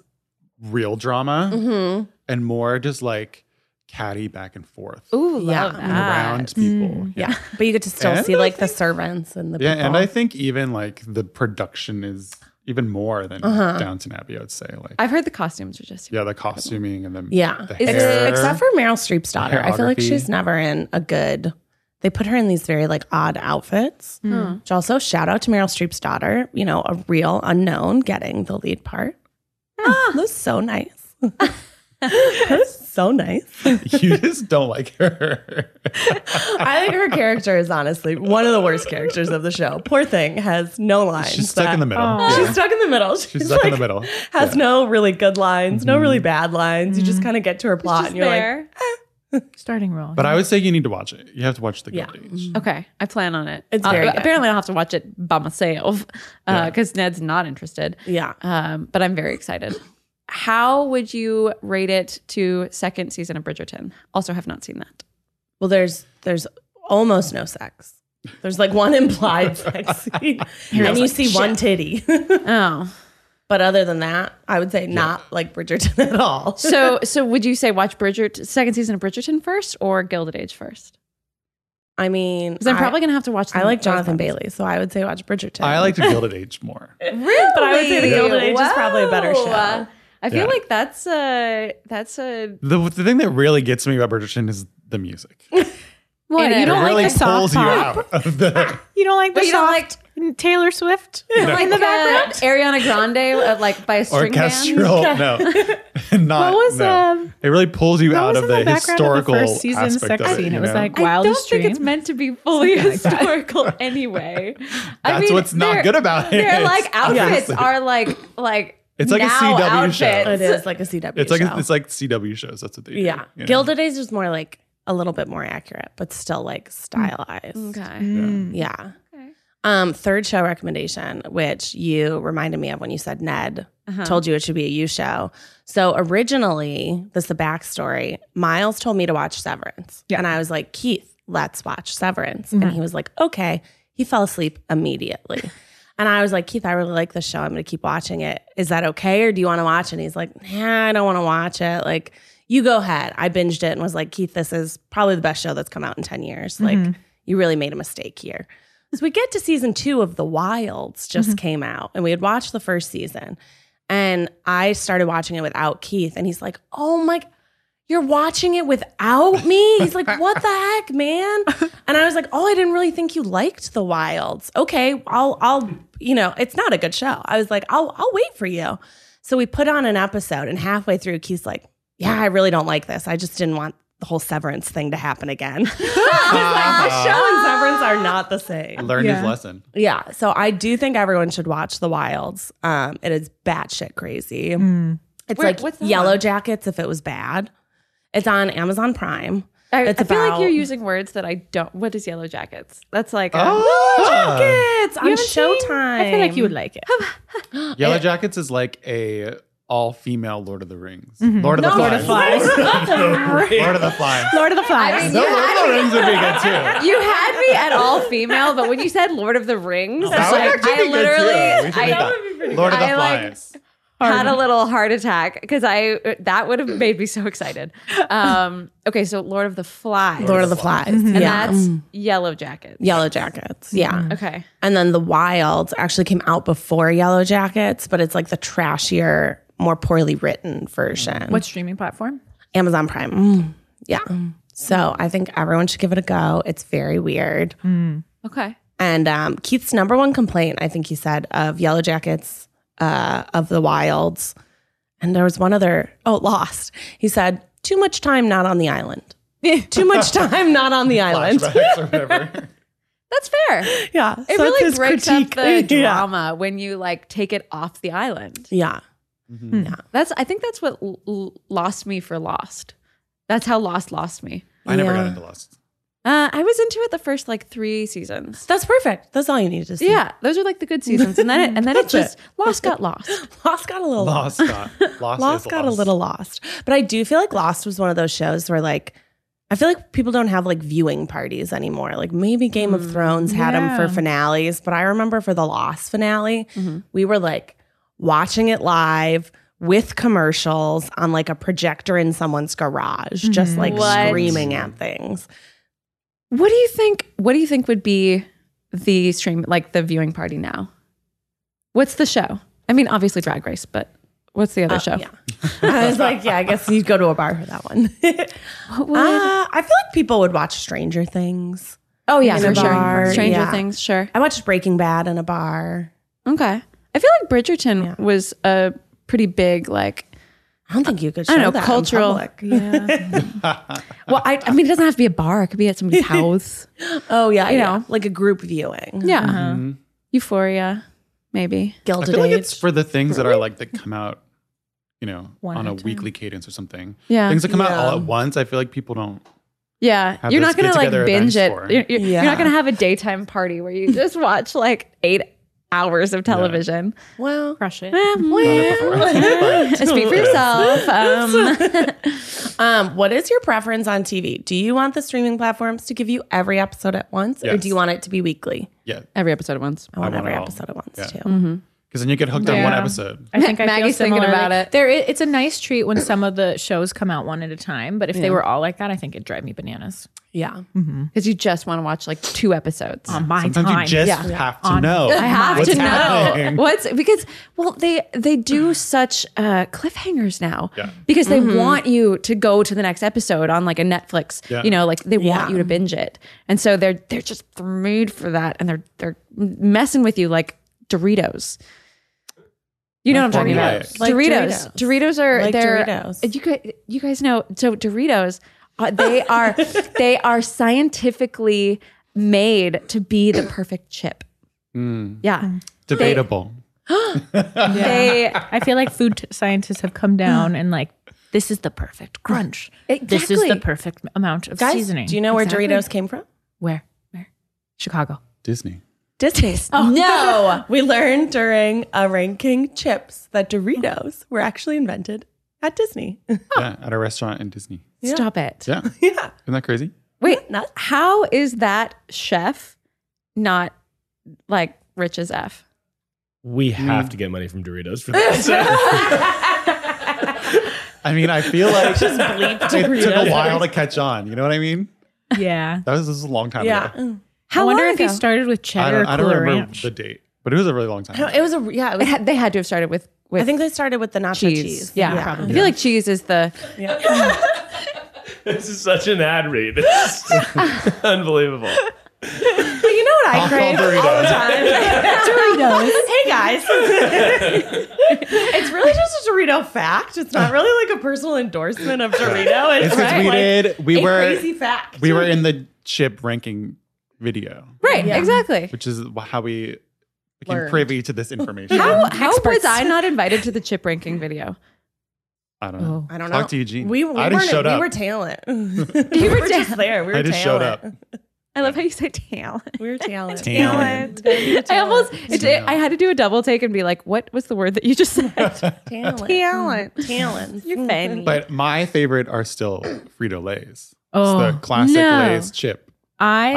[SPEAKER 4] real drama
[SPEAKER 5] Mm-hmm.
[SPEAKER 4] and more just like catty back and forth
[SPEAKER 3] Ooh, love
[SPEAKER 5] Yeah.
[SPEAKER 3] that.
[SPEAKER 4] around people.
[SPEAKER 5] Mm, Yeah. But you get to still
[SPEAKER 4] And
[SPEAKER 5] see
[SPEAKER 4] I
[SPEAKER 5] like the servants and the
[SPEAKER 4] Yeah,
[SPEAKER 5] people.
[SPEAKER 4] and I think even like the production is even more than
[SPEAKER 5] Uh-huh.
[SPEAKER 4] Downton Abbey, I would say. Like,
[SPEAKER 3] I've heard the costumes are just.
[SPEAKER 4] yeah, the costuming and the
[SPEAKER 5] Yeah.
[SPEAKER 4] the
[SPEAKER 3] Is it-
[SPEAKER 4] hair.
[SPEAKER 5] Except for Meryl Streep's daughter. I feel like
[SPEAKER 4] Hairography.
[SPEAKER 5] she's never in a good. They put her in these very like odd outfits.
[SPEAKER 4] Hmm.
[SPEAKER 5] Which also shout out to Meryl Streep's daughter, you know, a real unknown getting the lead part. Ah. That was so nice. that was so nice.
[SPEAKER 4] you just don't like her.
[SPEAKER 5] I think her character is honestly one of the worst characters of the show. Poor thing has no lines.
[SPEAKER 4] She's stuck
[SPEAKER 5] that-
[SPEAKER 4] in the middle.
[SPEAKER 2] oh.
[SPEAKER 5] She's
[SPEAKER 4] Yeah.
[SPEAKER 5] stuck in the middle. She's,
[SPEAKER 4] She's stuck in
[SPEAKER 5] like,
[SPEAKER 4] the middle. Mm-hmm.
[SPEAKER 5] Has no really good lines, no really bad lines. You just kind of get to her plot, and you're like,
[SPEAKER 3] there.
[SPEAKER 2] Starting roll.
[SPEAKER 4] But I would say you need to watch it. You have to watch the
[SPEAKER 5] Yeah.
[SPEAKER 4] Gilded
[SPEAKER 2] Mm-hmm.
[SPEAKER 4] Age.
[SPEAKER 3] okay, I plan on it. Uh,
[SPEAKER 5] It's very good.
[SPEAKER 3] Apparently, I'll have to watch it by myself because Ned's not interested.
[SPEAKER 5] yeah,
[SPEAKER 3] um, but I'm very excited. How would you rate it to second season of Bridgerton? Also, have not seen that.
[SPEAKER 5] Well, there's there's almost no sex. There's like one implied sex scene, and you see one titty.
[SPEAKER 3] Oh,
[SPEAKER 5] but other than that, I would say not like Bridgerton at all.
[SPEAKER 3] so so would you say watch Bridgerton second season of Bridgerton first or Gilded Age first?
[SPEAKER 5] I mean,
[SPEAKER 3] Because I'm
[SPEAKER 5] I-
[SPEAKER 3] probably gonna have to watch.
[SPEAKER 5] I
[SPEAKER 3] them
[SPEAKER 5] like
[SPEAKER 3] both
[SPEAKER 5] Jonathan
[SPEAKER 3] ones.
[SPEAKER 5] Bailey, so I would say watch Bridgerton.
[SPEAKER 4] I like the Gilded Age more.
[SPEAKER 3] Really?
[SPEAKER 5] But I would say The Gilded Age is probably a better show.
[SPEAKER 3] Wow. I feel
[SPEAKER 4] Yeah.
[SPEAKER 3] like that's a that's a
[SPEAKER 4] The, the thing that really gets me about Bridgerton is the music.
[SPEAKER 2] what,
[SPEAKER 3] It
[SPEAKER 2] you don't
[SPEAKER 4] really
[SPEAKER 2] like the soft
[SPEAKER 4] pulls you
[SPEAKER 2] pop?
[SPEAKER 4] out of the.
[SPEAKER 2] You don't like the
[SPEAKER 3] Wait, you don't
[SPEAKER 2] soft Taylor Swift?
[SPEAKER 3] like uh, Ariana Grande uh, like by a string band.
[SPEAKER 4] orchestral. No, not.
[SPEAKER 2] What was,
[SPEAKER 4] no.
[SPEAKER 2] um,
[SPEAKER 4] it really pulls you
[SPEAKER 2] what
[SPEAKER 4] out
[SPEAKER 2] was
[SPEAKER 4] of
[SPEAKER 2] in the
[SPEAKER 4] the,
[SPEAKER 2] background of the
[SPEAKER 4] historical
[SPEAKER 2] first season
[SPEAKER 4] aspect
[SPEAKER 2] sex
[SPEAKER 4] of it.
[SPEAKER 2] scene?
[SPEAKER 4] you
[SPEAKER 2] It was
[SPEAKER 4] know?
[SPEAKER 2] like-
[SPEAKER 3] I don't
[SPEAKER 2] Wildest
[SPEAKER 3] think it's
[SPEAKER 2] dream.
[SPEAKER 3] meant to be fully historical anyway.
[SPEAKER 4] that's what's not good about it.
[SPEAKER 3] Their like outfits
[SPEAKER 4] Obviously.
[SPEAKER 3] are like like
[SPEAKER 4] It's like a
[SPEAKER 3] now
[SPEAKER 4] CW
[SPEAKER 3] outfits.
[SPEAKER 4] show.
[SPEAKER 5] it is like a CW.
[SPEAKER 4] It's like
[SPEAKER 5] show.
[SPEAKER 4] it's like CW shows. That's what they do.
[SPEAKER 5] yeah.
[SPEAKER 4] you know?
[SPEAKER 5] Gilded Age is more like a little bit more accurate, but still like stylized.
[SPEAKER 3] Mm. Okay.
[SPEAKER 5] Yeah.
[SPEAKER 3] Okay.
[SPEAKER 5] Um, third show recommendation, which you reminded me of when you said Ned
[SPEAKER 3] Uh-huh.
[SPEAKER 5] told you it should be a you show. So originally, this is the backstory. Miles told me to watch Severance,
[SPEAKER 2] Yeah.
[SPEAKER 5] and I was like, Keith, let's watch Severance,
[SPEAKER 3] Mm-hmm.
[SPEAKER 5] and he was like, okay. He fell asleep immediately. And I was like, Keith, I really like this show. I'm going to keep watching it. Is that okay? Or do you want to watch it? And he's like, nah, I don't want to watch it. Like, you go ahead. I binged it and was like, Keith, this is probably the best show that's come out in 10 years. Like, you really made a mistake here. So we get to season two of The Wilds, just came out, and we had watched the first season. And I started watching it without Keith, and he's like, oh my, you're watching it without me? He's like, what the heck, man? And I was like, oh, I didn't really think you liked The Wilds. Okay, I'll, I'll, you know, it's not a good show. I was like, I'll, I'll wait for you. So we put on an episode, and halfway through, Keith's like, yeah, I really don't like this. I just didn't want the whole severance thing to happen again. I was like, the show and severance are not the same.
[SPEAKER 4] learned
[SPEAKER 2] Yeah.
[SPEAKER 4] Ah. his lesson.
[SPEAKER 5] Yeah. So I do think everyone should watch The Wilds. Um, it is batshit crazy.
[SPEAKER 2] Mm.
[SPEAKER 5] It's
[SPEAKER 3] Where-
[SPEAKER 5] like
[SPEAKER 3] what's that
[SPEAKER 5] Yellow
[SPEAKER 3] on?
[SPEAKER 5] Jackets if it was bad. It's on Amazon Prime.
[SPEAKER 3] I,
[SPEAKER 5] It's
[SPEAKER 3] I feel like
[SPEAKER 5] about-
[SPEAKER 3] you're using words that I don't. What is Yellow Jackets? That's like um, a-
[SPEAKER 4] Oh,
[SPEAKER 5] It's on
[SPEAKER 2] haven't seen-
[SPEAKER 5] Showtime.
[SPEAKER 2] I feel like you would like it.
[SPEAKER 4] Yellow Jackets is like a all-female Lord of the Rings. Lord of the
[SPEAKER 2] Lord of
[SPEAKER 4] Flies.
[SPEAKER 2] Flies.
[SPEAKER 4] Lord of the Flies.
[SPEAKER 2] Lord of the Flies.
[SPEAKER 3] mean,
[SPEAKER 4] No, Lord of the Rings would be good too.
[SPEAKER 3] you had me at all female, but when you said Lord of the Rings,
[SPEAKER 4] That would
[SPEAKER 3] like,
[SPEAKER 4] actually
[SPEAKER 3] I
[SPEAKER 4] be good, too.
[SPEAKER 3] literally,
[SPEAKER 4] We should make
[SPEAKER 3] I,
[SPEAKER 4] that. Lord of the
[SPEAKER 3] I, like-
[SPEAKER 4] Flies.
[SPEAKER 3] had a little heart attack because I that would have made me so excited. Um, okay, so Lord of the Flies,
[SPEAKER 5] Lord of the Flies.
[SPEAKER 3] Mm-hmm. and
[SPEAKER 5] Yeah. Mm.
[SPEAKER 3] that's Mm-hmm. Yellow Jackets.
[SPEAKER 5] Yellow Jackets. Yeah.
[SPEAKER 3] Okay.
[SPEAKER 5] And then The Wilds actually came out before Yellow Jackets, but it's like the trashier, more poorly written version.
[SPEAKER 2] What streaming platform?
[SPEAKER 5] Amazon Prime. Mm. Yeah. So I think everyone should give it a go. It's very weird.
[SPEAKER 3] Okay.
[SPEAKER 5] And um, Keith's number one complaint, I think he said, of Yellow Jackets, uh, of the Wilds, and there was one other, oh, Lost. He said, too much time not on the island. too much time not on the island.
[SPEAKER 4] Flashbacks or whatever.
[SPEAKER 3] That's fair. It
[SPEAKER 5] Yeah. so that's
[SPEAKER 3] really
[SPEAKER 5] his
[SPEAKER 3] breaks
[SPEAKER 5] critique.
[SPEAKER 3] up the
[SPEAKER 5] yeah.
[SPEAKER 3] drama when you like take it off the island.
[SPEAKER 5] Yeah.
[SPEAKER 4] Mm-hmm.
[SPEAKER 3] That's I think that's what l- l- lost me for Lost. That's how Lost lost me.
[SPEAKER 4] I never got
[SPEAKER 5] Yeah.
[SPEAKER 4] into Lost.
[SPEAKER 3] Uh, I was into it the first like three seasons.
[SPEAKER 5] That's perfect. That's all you needed to see.
[SPEAKER 3] Yeah, those are like the good seasons, and then it, and then it just Lost got lost.
[SPEAKER 5] Lost got a little lost.
[SPEAKER 4] Lost got Lost,
[SPEAKER 5] Lost
[SPEAKER 4] is
[SPEAKER 5] got
[SPEAKER 4] lost.
[SPEAKER 5] a little lost. But I do feel like Lost was one of those shows where like I feel like people don't have like viewing parties anymore. Like maybe Game
[SPEAKER 3] Mm,
[SPEAKER 5] of Thrones had them for
[SPEAKER 2] Yeah.
[SPEAKER 5] finales, but I remember for the Lost finale,
[SPEAKER 3] Mm-hmm.
[SPEAKER 5] we were like watching it live with commercials on like a projector in someone's garage, just like
[SPEAKER 3] Mm-hmm. What?
[SPEAKER 5] screaming at things.
[SPEAKER 3] What do you think? What do you think would be the stream like the viewing party now? What's the show? I mean, obviously Drag Race, but what's the other show?
[SPEAKER 5] Uh, Yeah. I was like, yeah, I guess you'd go to a bar for that one.
[SPEAKER 3] What would-
[SPEAKER 5] Uh, I feel like people would watch Stranger Things.
[SPEAKER 3] oh yeah,
[SPEAKER 5] in
[SPEAKER 3] for
[SPEAKER 5] a bar,
[SPEAKER 3] sure. Stranger
[SPEAKER 5] yeah.
[SPEAKER 3] Things, sure.
[SPEAKER 5] I watched Breaking Bad in a bar.
[SPEAKER 3] Okay, I feel like Bridgerton was a pretty big like
[SPEAKER 5] I don't think you could. Show
[SPEAKER 3] I don't know,
[SPEAKER 5] that in
[SPEAKER 3] cultural-
[SPEAKER 5] public.
[SPEAKER 3] Well, I, I mean, it doesn't have to be a bar. It could be at somebody's house.
[SPEAKER 5] Oh yeah, you
[SPEAKER 3] yeah.
[SPEAKER 5] know, like a group viewing.
[SPEAKER 3] Yeah.
[SPEAKER 5] Uh-huh.
[SPEAKER 4] Mhm.
[SPEAKER 3] Euphoria, maybe.
[SPEAKER 4] I
[SPEAKER 5] Gilded
[SPEAKER 4] feel like
[SPEAKER 5] Age.
[SPEAKER 4] it's for the things that are like that come out, you know,
[SPEAKER 2] One
[SPEAKER 4] on
[SPEAKER 2] at
[SPEAKER 4] a
[SPEAKER 2] a time.
[SPEAKER 4] weekly cadence or something.
[SPEAKER 3] Yeah.
[SPEAKER 4] Things that come out all
[SPEAKER 5] Yeah.
[SPEAKER 4] at once. I feel like people don't.
[SPEAKER 3] Yeah.
[SPEAKER 4] Have
[SPEAKER 3] You're
[SPEAKER 4] those
[SPEAKER 3] not going
[SPEAKER 4] get
[SPEAKER 3] to like
[SPEAKER 4] together events
[SPEAKER 3] binge it.
[SPEAKER 4] for.
[SPEAKER 3] You're, you're-
[SPEAKER 5] Yeah.
[SPEAKER 3] you're not going to have a daytime party where you just watch like eight hours of television.
[SPEAKER 5] well,
[SPEAKER 2] Crush it.
[SPEAKER 3] Eh,
[SPEAKER 4] it
[SPEAKER 3] well, speak for yourself. Um,
[SPEAKER 5] um, what is your preference on TV? Do you want the streaming platforms to give you every episode at once, or
[SPEAKER 4] Yes.
[SPEAKER 5] do you want it to be weekly?
[SPEAKER 4] Yeah,
[SPEAKER 3] every episode once.
[SPEAKER 5] I want
[SPEAKER 4] want
[SPEAKER 5] every
[SPEAKER 4] it all.
[SPEAKER 5] episode at once
[SPEAKER 4] Yeah.
[SPEAKER 5] too.
[SPEAKER 4] because then you get hooked on one
[SPEAKER 2] Yeah.
[SPEAKER 4] episode.
[SPEAKER 2] I think I
[SPEAKER 3] Maggie's
[SPEAKER 2] feel
[SPEAKER 3] thinking
[SPEAKER 2] similarly.
[SPEAKER 3] about it.
[SPEAKER 2] There, i- it's a nice treat when some of the shows come out one at a time, but if they were all like that, I think it'd drive me bananas.
[SPEAKER 5] Yeah,
[SPEAKER 3] Because you just want to watch like two episodes.
[SPEAKER 2] On my
[SPEAKER 4] Sometimes
[SPEAKER 2] time,
[SPEAKER 4] you just
[SPEAKER 2] yeah.
[SPEAKER 4] have to
[SPEAKER 2] On-
[SPEAKER 4] know.
[SPEAKER 3] I have
[SPEAKER 4] what's
[SPEAKER 3] to know
[SPEAKER 4] happening.
[SPEAKER 3] what's because well they they do such uh, cliffhangers now
[SPEAKER 4] Yeah.
[SPEAKER 3] because they
[SPEAKER 5] Mm-hmm.
[SPEAKER 3] want you to go to the next episode on like a Netflix
[SPEAKER 4] Yeah.
[SPEAKER 3] you know like they want
[SPEAKER 5] Yeah.
[SPEAKER 3] you to binge it and so they're they're just made for that and they're they're messing with you like Doritos. You know what I'm talking about?
[SPEAKER 4] Formulaic.
[SPEAKER 5] Like
[SPEAKER 3] Doritos. Doritos. are
[SPEAKER 5] Like
[SPEAKER 3] they're
[SPEAKER 5] Doritos.
[SPEAKER 3] you guys you guys know so Doritos uh, they are they are scientifically made to be the perfect chip. Yeah.
[SPEAKER 4] Debatable.
[SPEAKER 3] They
[SPEAKER 2] I feel like food t- scientists have come down and like, this is the perfect crunch. This is the
[SPEAKER 3] Exactly.
[SPEAKER 2] perfect amount of
[SPEAKER 5] guys,
[SPEAKER 2] seasoning.
[SPEAKER 5] do you know where Doritos came from?
[SPEAKER 2] where? Where? Chicago.
[SPEAKER 4] Disney.
[SPEAKER 5] Disney. Oh no, we learned during a ranking chips that Doritos were actually invented at Disney.
[SPEAKER 4] Yeah, at a restaurant in Disney.
[SPEAKER 3] stop it.
[SPEAKER 4] Yeah, isn't
[SPEAKER 5] yeah,
[SPEAKER 4] that crazy?
[SPEAKER 3] Wait,
[SPEAKER 5] nuts.
[SPEAKER 3] how is that chef not like rich as F?
[SPEAKER 6] We have to get money from Doritos for this.
[SPEAKER 4] I mean, I feel like it took a while to catch on. You know what I mean?
[SPEAKER 2] Yeah.
[SPEAKER 4] That was, this was a long time
[SPEAKER 5] yeah.
[SPEAKER 4] ago.
[SPEAKER 5] Mm.
[SPEAKER 3] How
[SPEAKER 2] I wonder
[SPEAKER 3] long
[SPEAKER 2] if he
[SPEAKER 3] ago?
[SPEAKER 2] started with
[SPEAKER 4] I
[SPEAKER 2] cheddar
[SPEAKER 4] don't, I
[SPEAKER 2] or
[SPEAKER 4] don't
[SPEAKER 2] Cooler
[SPEAKER 4] remember
[SPEAKER 2] Ranch.
[SPEAKER 4] the date, but it was a really long time.
[SPEAKER 5] No,
[SPEAKER 4] ago.
[SPEAKER 5] It was a yeah. It
[SPEAKER 3] They
[SPEAKER 5] was
[SPEAKER 3] had, they had to have started with with
[SPEAKER 5] I think they started with the nacho cheese.
[SPEAKER 3] cheese. Yeah, I feel like cheese is the
[SPEAKER 6] this is such an ad read. It's unbelievable.
[SPEAKER 5] But you know what I
[SPEAKER 4] Hot dog
[SPEAKER 5] crave all
[SPEAKER 4] burritos.
[SPEAKER 5] the time? Doritos. hey guys. it's really just a Dorito fact. It's not really like a personal endorsement of Dorito.
[SPEAKER 4] It's
[SPEAKER 5] It's,
[SPEAKER 4] because
[SPEAKER 5] right,
[SPEAKER 4] we
[SPEAKER 5] like,
[SPEAKER 4] did. We
[SPEAKER 5] a
[SPEAKER 4] were
[SPEAKER 5] crazy fact.
[SPEAKER 4] we were in the chip ranking video,
[SPEAKER 3] right. Exactly.
[SPEAKER 4] which is wh- how we became privy to this information.
[SPEAKER 3] How, how was I not invited to the chip ranking video?
[SPEAKER 4] I don't
[SPEAKER 2] Oh.
[SPEAKER 4] know.
[SPEAKER 5] Oh. I don't know.
[SPEAKER 4] Talk to Eugene.
[SPEAKER 5] We, we
[SPEAKER 4] I just
[SPEAKER 5] weren't-
[SPEAKER 4] showed
[SPEAKER 5] we
[SPEAKER 4] up.
[SPEAKER 5] were talent.
[SPEAKER 3] You
[SPEAKER 5] we
[SPEAKER 3] were
[SPEAKER 5] were just
[SPEAKER 3] talent.
[SPEAKER 5] there. We were
[SPEAKER 4] I just showed
[SPEAKER 5] talent.
[SPEAKER 4] up.
[SPEAKER 3] I love how you say talent.
[SPEAKER 5] We were talent.
[SPEAKER 4] Talent.
[SPEAKER 3] I almost it, it- I had to do a double take and be like, "What was the word that you just said?"
[SPEAKER 5] Talent.
[SPEAKER 3] talent.
[SPEAKER 5] Talent.
[SPEAKER 3] You're funny.
[SPEAKER 4] But my favorite are still Frito Lay's.
[SPEAKER 2] Oh,
[SPEAKER 4] it's the classic
[SPEAKER 2] no.
[SPEAKER 4] Lay's chip. I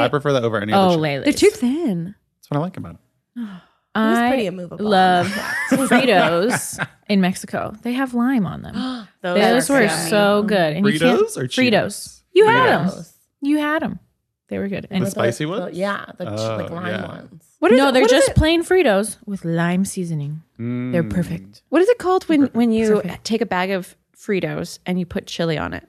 [SPEAKER 2] I,
[SPEAKER 4] prefer that over any
[SPEAKER 2] oh,
[SPEAKER 4] other chip.
[SPEAKER 2] Layla.
[SPEAKER 3] They're too thin.
[SPEAKER 4] That's what I like about it.
[SPEAKER 5] was
[SPEAKER 2] I
[SPEAKER 5] pretty immovable.
[SPEAKER 2] love Fritos in Mexico. They have lime on them.
[SPEAKER 5] Those,
[SPEAKER 2] Those
[SPEAKER 5] are
[SPEAKER 2] were
[SPEAKER 5] yummy.
[SPEAKER 2] so good. And you can't-
[SPEAKER 4] Fritos or
[SPEAKER 2] Fritos?
[SPEAKER 4] Cheetos?
[SPEAKER 2] You had them.
[SPEAKER 5] Those.
[SPEAKER 2] You had them. They were good. And
[SPEAKER 4] The spicy ones?
[SPEAKER 5] yeah, the ch-
[SPEAKER 4] Oh,
[SPEAKER 5] like lime
[SPEAKER 4] yeah.
[SPEAKER 5] ones.
[SPEAKER 3] What is
[SPEAKER 2] no,
[SPEAKER 3] it-
[SPEAKER 2] they're
[SPEAKER 3] what is
[SPEAKER 2] just
[SPEAKER 3] it-
[SPEAKER 2] plain Fritos with lime seasoning. They're
[SPEAKER 4] Mm.
[SPEAKER 2] perfect.
[SPEAKER 3] what is it called when when you
[SPEAKER 2] Perfect.
[SPEAKER 3] take a bag of Fritos and you put chili on it?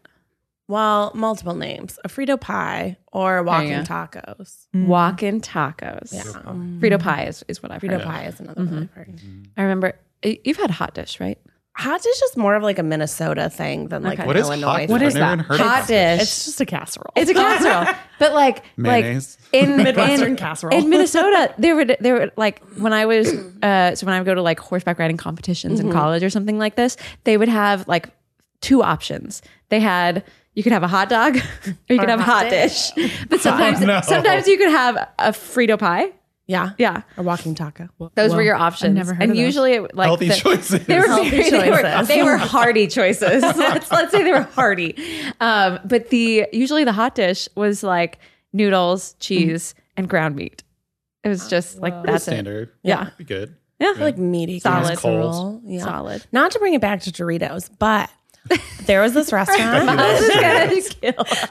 [SPEAKER 5] Well, multiple names: a Frito pie or walking
[SPEAKER 3] go.
[SPEAKER 5] tacos. Um,
[SPEAKER 3] Walking tacos.
[SPEAKER 5] Mm-hmm.
[SPEAKER 3] Frito pie is, is what I've
[SPEAKER 5] Frito
[SPEAKER 3] heard.
[SPEAKER 5] pie is another one I've heard.
[SPEAKER 3] I remember y- you've had hot dish, right?
[SPEAKER 5] Hot dish is more of like a Minnesota thing than like
[SPEAKER 4] What
[SPEAKER 5] an
[SPEAKER 4] is
[SPEAKER 5] Illinois.
[SPEAKER 4] hot?
[SPEAKER 5] thing.
[SPEAKER 2] What is
[SPEAKER 4] I've
[SPEAKER 2] that?
[SPEAKER 4] never even heard
[SPEAKER 3] Hot
[SPEAKER 4] of that.
[SPEAKER 3] dish.
[SPEAKER 5] It's just a casserole.
[SPEAKER 3] It's a casserole, but like
[SPEAKER 4] Mayonnaise.
[SPEAKER 3] like in
[SPEAKER 5] Midwestern
[SPEAKER 3] in-
[SPEAKER 5] casserole.
[SPEAKER 3] in Minnesota. There would there would like when I was uh, so when I would go to like horseback riding competitions in college or something like this, they would have like two options. They had you could have a hot dog or you could have a hot dish, Oh, but sometimes
[SPEAKER 4] no.
[SPEAKER 3] sometimes you could have a Frito pie.
[SPEAKER 5] yeah,
[SPEAKER 3] Yeah,
[SPEAKER 5] A walking taco.
[SPEAKER 3] those were your options.
[SPEAKER 2] never heard
[SPEAKER 3] and
[SPEAKER 2] of those.
[SPEAKER 3] usually it, like
[SPEAKER 4] Healthy
[SPEAKER 3] the-
[SPEAKER 4] choices.
[SPEAKER 3] They were,
[SPEAKER 5] Healthy
[SPEAKER 3] very- they were
[SPEAKER 5] choices.
[SPEAKER 3] they were hearty choices. let's, let's say they were hearty. Um, but the usually the hot dish was like noodles, cheese, and ground meat. It was just like that's it.
[SPEAKER 4] standard.
[SPEAKER 3] Yeah.
[SPEAKER 4] Be good.
[SPEAKER 3] Yeah.
[SPEAKER 5] like meaty
[SPEAKER 3] Solid.
[SPEAKER 5] casserole. Yeah.
[SPEAKER 3] Solid.
[SPEAKER 5] Not to bring it back to Doritos, but there was this restaurant.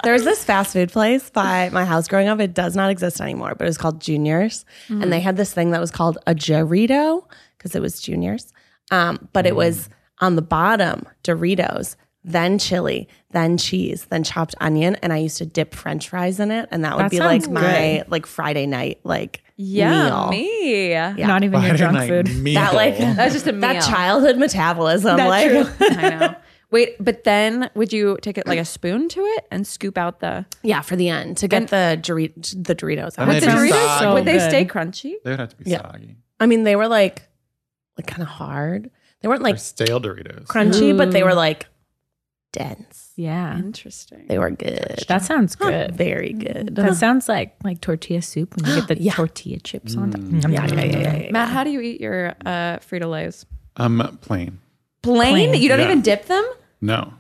[SPEAKER 5] there was this fast food place by my house growing up. It does not exist anymore, but it was called Juniors, and they had this thing that was called a Dorito because it was Juniors. Um, but it was on the bottom Doritos, then chili, then cheese, then chopped onion, and I used to dip French fries in it, and that would
[SPEAKER 2] That
[SPEAKER 5] be like
[SPEAKER 2] sounds
[SPEAKER 5] my like Friday night like meal.
[SPEAKER 3] Yummy. Yeah.
[SPEAKER 2] Not even your
[SPEAKER 4] Friday
[SPEAKER 2] junk
[SPEAKER 4] night
[SPEAKER 2] food.
[SPEAKER 4] meal.
[SPEAKER 5] That like
[SPEAKER 3] That's just a meal.
[SPEAKER 5] that childhood metabolism like.
[SPEAKER 3] I know. Wait, but then would you take it like a spoon to it and scoop out the
[SPEAKER 5] Yeah, for the end to get the Dorit- the Doritos.
[SPEAKER 4] And
[SPEAKER 5] out.
[SPEAKER 4] they
[SPEAKER 3] the
[SPEAKER 4] It's
[SPEAKER 2] sounds
[SPEAKER 3] Doritos?
[SPEAKER 2] so
[SPEAKER 3] would they
[SPEAKER 2] good.
[SPEAKER 3] stay crunchy?
[SPEAKER 4] They would have to be
[SPEAKER 5] Yeah.
[SPEAKER 4] soggy.
[SPEAKER 5] I mean, they were like like kind of hard. They weren't
[SPEAKER 4] Or
[SPEAKER 5] like
[SPEAKER 4] stale Doritos.
[SPEAKER 5] crunchy, but they were like dense.
[SPEAKER 2] Yeah.
[SPEAKER 3] Interesting.
[SPEAKER 5] They were good.
[SPEAKER 2] That sounds good.
[SPEAKER 5] very good.
[SPEAKER 2] That sounds like like tortilla soup when you get the tortilla chips on top. Mm,
[SPEAKER 5] yeah, yeah, yeah, yeah, yeah.
[SPEAKER 3] Matt, how do you eat your uh, Frito Lays?
[SPEAKER 4] Um, plain.
[SPEAKER 3] Plain? You don't
[SPEAKER 4] Yeah.
[SPEAKER 3] even dip them?
[SPEAKER 4] No.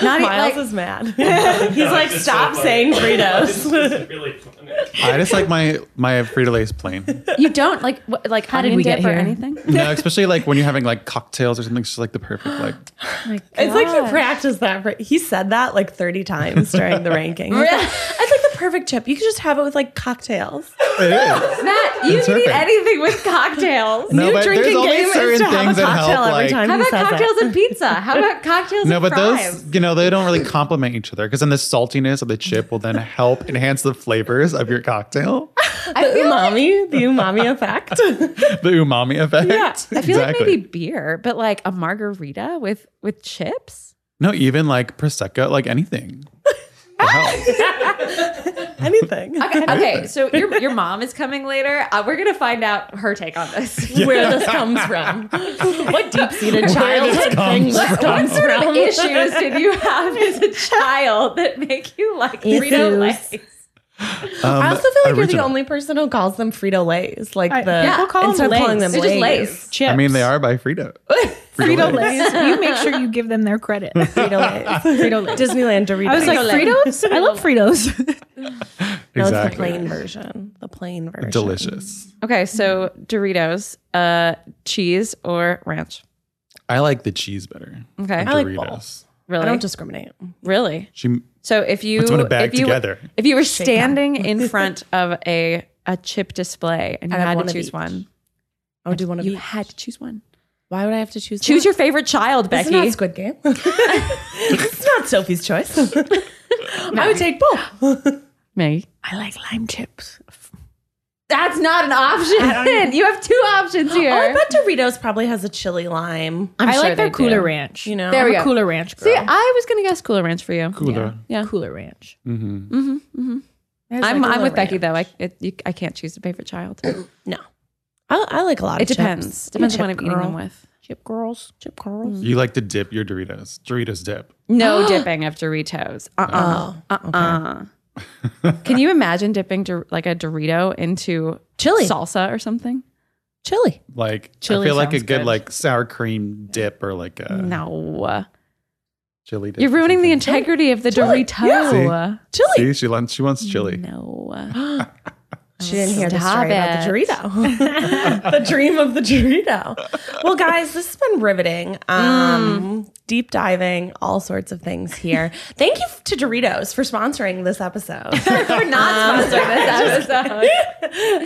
[SPEAKER 3] Not
[SPEAKER 5] Miles
[SPEAKER 3] like,
[SPEAKER 5] is mad. e-, He's like, stop saying Fritos.
[SPEAKER 6] It's really funny.
[SPEAKER 4] I just like my my Frito Lay's plain.
[SPEAKER 3] you don't like wh- like how
[SPEAKER 2] did
[SPEAKER 3] onion
[SPEAKER 2] we
[SPEAKER 3] dip
[SPEAKER 2] get
[SPEAKER 3] or
[SPEAKER 2] here? Oh
[SPEAKER 3] anything.
[SPEAKER 4] No, especially like when you're having like cocktails or something. It's just like the perfect like.
[SPEAKER 5] it's like you practiced that. For, he said that like 30 times during the ranking. He's like, It's like the perfect chip. You could just have it with like cocktails.
[SPEAKER 4] It is.
[SPEAKER 3] Matt, you
[SPEAKER 4] It's
[SPEAKER 3] can eat
[SPEAKER 4] perfect.
[SPEAKER 3] anything with cocktails.
[SPEAKER 4] No, but
[SPEAKER 5] drinking
[SPEAKER 4] there's
[SPEAKER 5] game
[SPEAKER 4] always
[SPEAKER 5] is
[SPEAKER 4] certain
[SPEAKER 5] to have a
[SPEAKER 4] things that
[SPEAKER 5] cocktail
[SPEAKER 4] help.
[SPEAKER 5] every
[SPEAKER 4] Like,
[SPEAKER 5] time.
[SPEAKER 3] How
[SPEAKER 5] He
[SPEAKER 3] about
[SPEAKER 5] says it.
[SPEAKER 3] cocktails and pizza? How about cocktails
[SPEAKER 4] No,
[SPEAKER 3] and
[SPEAKER 4] but
[SPEAKER 3] fries?
[SPEAKER 4] those, you know, they don't really complement each other because then the saltiness of the chip will then help enhance the flavors of your cocktail,
[SPEAKER 5] The umami, the umami effect.
[SPEAKER 4] the umami effect. Yeah,
[SPEAKER 3] I feel like maybe beer, but like a margarita with with chips.
[SPEAKER 4] no, even like prosecco, like anything. It helps.
[SPEAKER 5] Anything.
[SPEAKER 3] Okay, okay, so your your mom is coming later. Uh, we're gonna find out her take on this.
[SPEAKER 5] Where this comes from. what deep seated childhood thing
[SPEAKER 4] comes
[SPEAKER 5] this
[SPEAKER 4] from.
[SPEAKER 5] comes
[SPEAKER 3] What
[SPEAKER 5] from.
[SPEAKER 3] issues did you have as a child that make you like Frito
[SPEAKER 5] Issues.
[SPEAKER 3] Lays?
[SPEAKER 4] Um,
[SPEAKER 5] I also feel like you're the
[SPEAKER 4] original.
[SPEAKER 5] only person who calls them Frito Lays. Like
[SPEAKER 2] I-
[SPEAKER 5] the
[SPEAKER 2] yeah, People call them
[SPEAKER 5] instead of calling
[SPEAKER 2] Lays.
[SPEAKER 5] them
[SPEAKER 3] They're just Lays.
[SPEAKER 5] Lays.
[SPEAKER 2] Chips.
[SPEAKER 4] I mean, they are by Frito.
[SPEAKER 2] Frito Lays. you make sure you give them their credit.
[SPEAKER 5] Frito Lays.
[SPEAKER 2] Frito Lays.
[SPEAKER 5] Disneyland Doritos.
[SPEAKER 2] I was like Fritos. I love Fritos.
[SPEAKER 5] no, it's the
[SPEAKER 4] Exactly.
[SPEAKER 5] plain version. The plain version.
[SPEAKER 4] Delicious.
[SPEAKER 3] Okay, so Doritos, uh, cheese or ranch?
[SPEAKER 4] I like the cheese better.
[SPEAKER 3] Okay.
[SPEAKER 4] Than
[SPEAKER 3] I
[SPEAKER 5] like
[SPEAKER 4] Doritos.
[SPEAKER 3] Really?
[SPEAKER 5] I don't discriminate.
[SPEAKER 3] really?
[SPEAKER 4] She
[SPEAKER 3] So if you
[SPEAKER 4] puts them in a bag
[SPEAKER 3] if you,
[SPEAKER 4] together.
[SPEAKER 3] if you were standing in front of a a chip display and you
[SPEAKER 5] I'd have
[SPEAKER 3] had
[SPEAKER 5] one
[SPEAKER 3] to
[SPEAKER 5] of
[SPEAKER 3] choose
[SPEAKER 5] each.
[SPEAKER 3] one,
[SPEAKER 5] I would do one of
[SPEAKER 3] you
[SPEAKER 5] each.
[SPEAKER 3] had to choose one.
[SPEAKER 5] Why would I have to choose?
[SPEAKER 3] Choose E?
[SPEAKER 5] Choose
[SPEAKER 3] your favorite child,
[SPEAKER 5] your. It's
[SPEAKER 3] Becky.
[SPEAKER 5] not Squid Game. it's not Sophie's choice. I would take both.
[SPEAKER 3] Me.
[SPEAKER 2] I like lime chips.
[SPEAKER 3] That's not an option. you have two options here.
[SPEAKER 5] Oh, I bet Doritos probably has a chili lime.
[SPEAKER 3] I'm
[SPEAKER 2] i
[SPEAKER 3] sure
[SPEAKER 2] like their
[SPEAKER 3] they do.
[SPEAKER 2] Cooler Ranch.
[SPEAKER 5] You know?
[SPEAKER 2] there
[SPEAKER 3] we
[SPEAKER 2] we
[SPEAKER 3] go.
[SPEAKER 2] go. Cooler Ranch. Girl.
[SPEAKER 3] See, I was gonna guess Cooler Ranch for you.
[SPEAKER 4] Cooler.
[SPEAKER 3] Yeah.
[SPEAKER 2] Cooler Ranch.
[SPEAKER 4] Mm-hmm.
[SPEAKER 2] There's like
[SPEAKER 3] I'm,
[SPEAKER 2] a
[SPEAKER 3] I'm with
[SPEAKER 2] little
[SPEAKER 3] Becky though. I it, you, I can't choose a favorite child. it
[SPEAKER 5] No, I, I like a lot. of
[SPEAKER 3] depends.
[SPEAKER 5] Chips.
[SPEAKER 3] Depends on
[SPEAKER 5] I'm a
[SPEAKER 3] what I'm
[SPEAKER 5] chip
[SPEAKER 3] eating
[SPEAKER 5] girl.
[SPEAKER 3] them with.
[SPEAKER 5] Chip girls. Chip girls.
[SPEAKER 4] You like to dip your Doritos. Doritos dip.
[SPEAKER 3] No dipping of Doritos.
[SPEAKER 5] Mm.
[SPEAKER 3] Uh uh-uh.
[SPEAKER 5] Oh.
[SPEAKER 3] uh. Can you imagine dipping Dor- like a Dorito into
[SPEAKER 5] Chili.
[SPEAKER 3] salsa or something?
[SPEAKER 5] Chili.
[SPEAKER 4] Like
[SPEAKER 2] Chili
[SPEAKER 4] I feel like a
[SPEAKER 2] sounds
[SPEAKER 4] good,
[SPEAKER 2] good.
[SPEAKER 4] like sour cream dip or like a
[SPEAKER 3] No.
[SPEAKER 4] chili dip.
[SPEAKER 3] Mm. You're
[SPEAKER 4] or
[SPEAKER 3] ruining the
[SPEAKER 4] something.
[SPEAKER 3] integrity of the Dorito.
[SPEAKER 4] See, she wants she wants chili.
[SPEAKER 3] No.
[SPEAKER 5] She didn't hear the
[SPEAKER 3] Stop
[SPEAKER 5] story about the
[SPEAKER 3] it.
[SPEAKER 5] Dorito. the dream of the Dorito. Well, guys, this has been riveting. Um,
[SPEAKER 3] Mm.
[SPEAKER 5] Deep diving, all sorts of things here. Thank you f- to Doritos for sponsoring this episode.
[SPEAKER 3] We're not sponsoring this episode.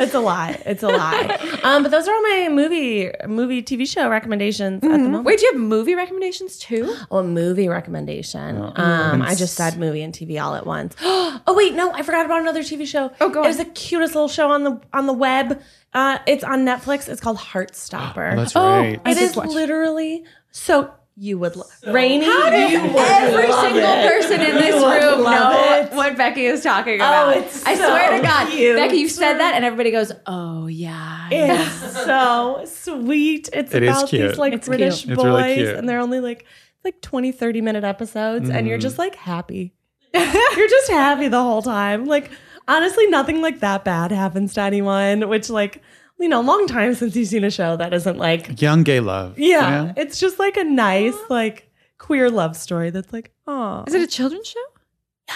[SPEAKER 5] it's a lie. It's a lie. Um, but those are all my movie, movie, TV show recommendations at the moment.
[SPEAKER 3] Wait, do you have movie recommendations too?
[SPEAKER 5] Well, movie recommendation. Um, I just said movie and TV all at once. oh wait, no, I forgot about another TV show. Oh,
[SPEAKER 3] go
[SPEAKER 5] It was
[SPEAKER 3] on.
[SPEAKER 5] the cutest little show on the on the web. Uh, it's on Netflix. It's called Heartstopper.
[SPEAKER 4] That's right.
[SPEAKER 5] it is literally so you would love rainy.
[SPEAKER 3] Every single person in this room know what Becky is talking about.
[SPEAKER 5] Oh, it's
[SPEAKER 3] I
[SPEAKER 5] so
[SPEAKER 3] swear to God,
[SPEAKER 5] cute.
[SPEAKER 3] Becky, you said that, and everybody goes, "Oh yeah."
[SPEAKER 5] It's so sweet. It's
[SPEAKER 4] It is
[SPEAKER 5] about
[SPEAKER 4] cute.
[SPEAKER 5] these like
[SPEAKER 2] It's
[SPEAKER 5] British
[SPEAKER 4] cute.
[SPEAKER 5] boys,
[SPEAKER 4] It's really cute.
[SPEAKER 5] and they're only like like 20, 30 minute episodes, and
[SPEAKER 4] Mm.
[SPEAKER 5] you're just like happy. you're just happy the whole time. Like honestly, nothing like that bad happens to anyone, which like you know, long time since you've seen a show that isn't like
[SPEAKER 4] Young gay love. you
[SPEAKER 5] yeah,
[SPEAKER 4] know?
[SPEAKER 5] it's just like a nice like queer love story that's like oh
[SPEAKER 3] Is it a children's show?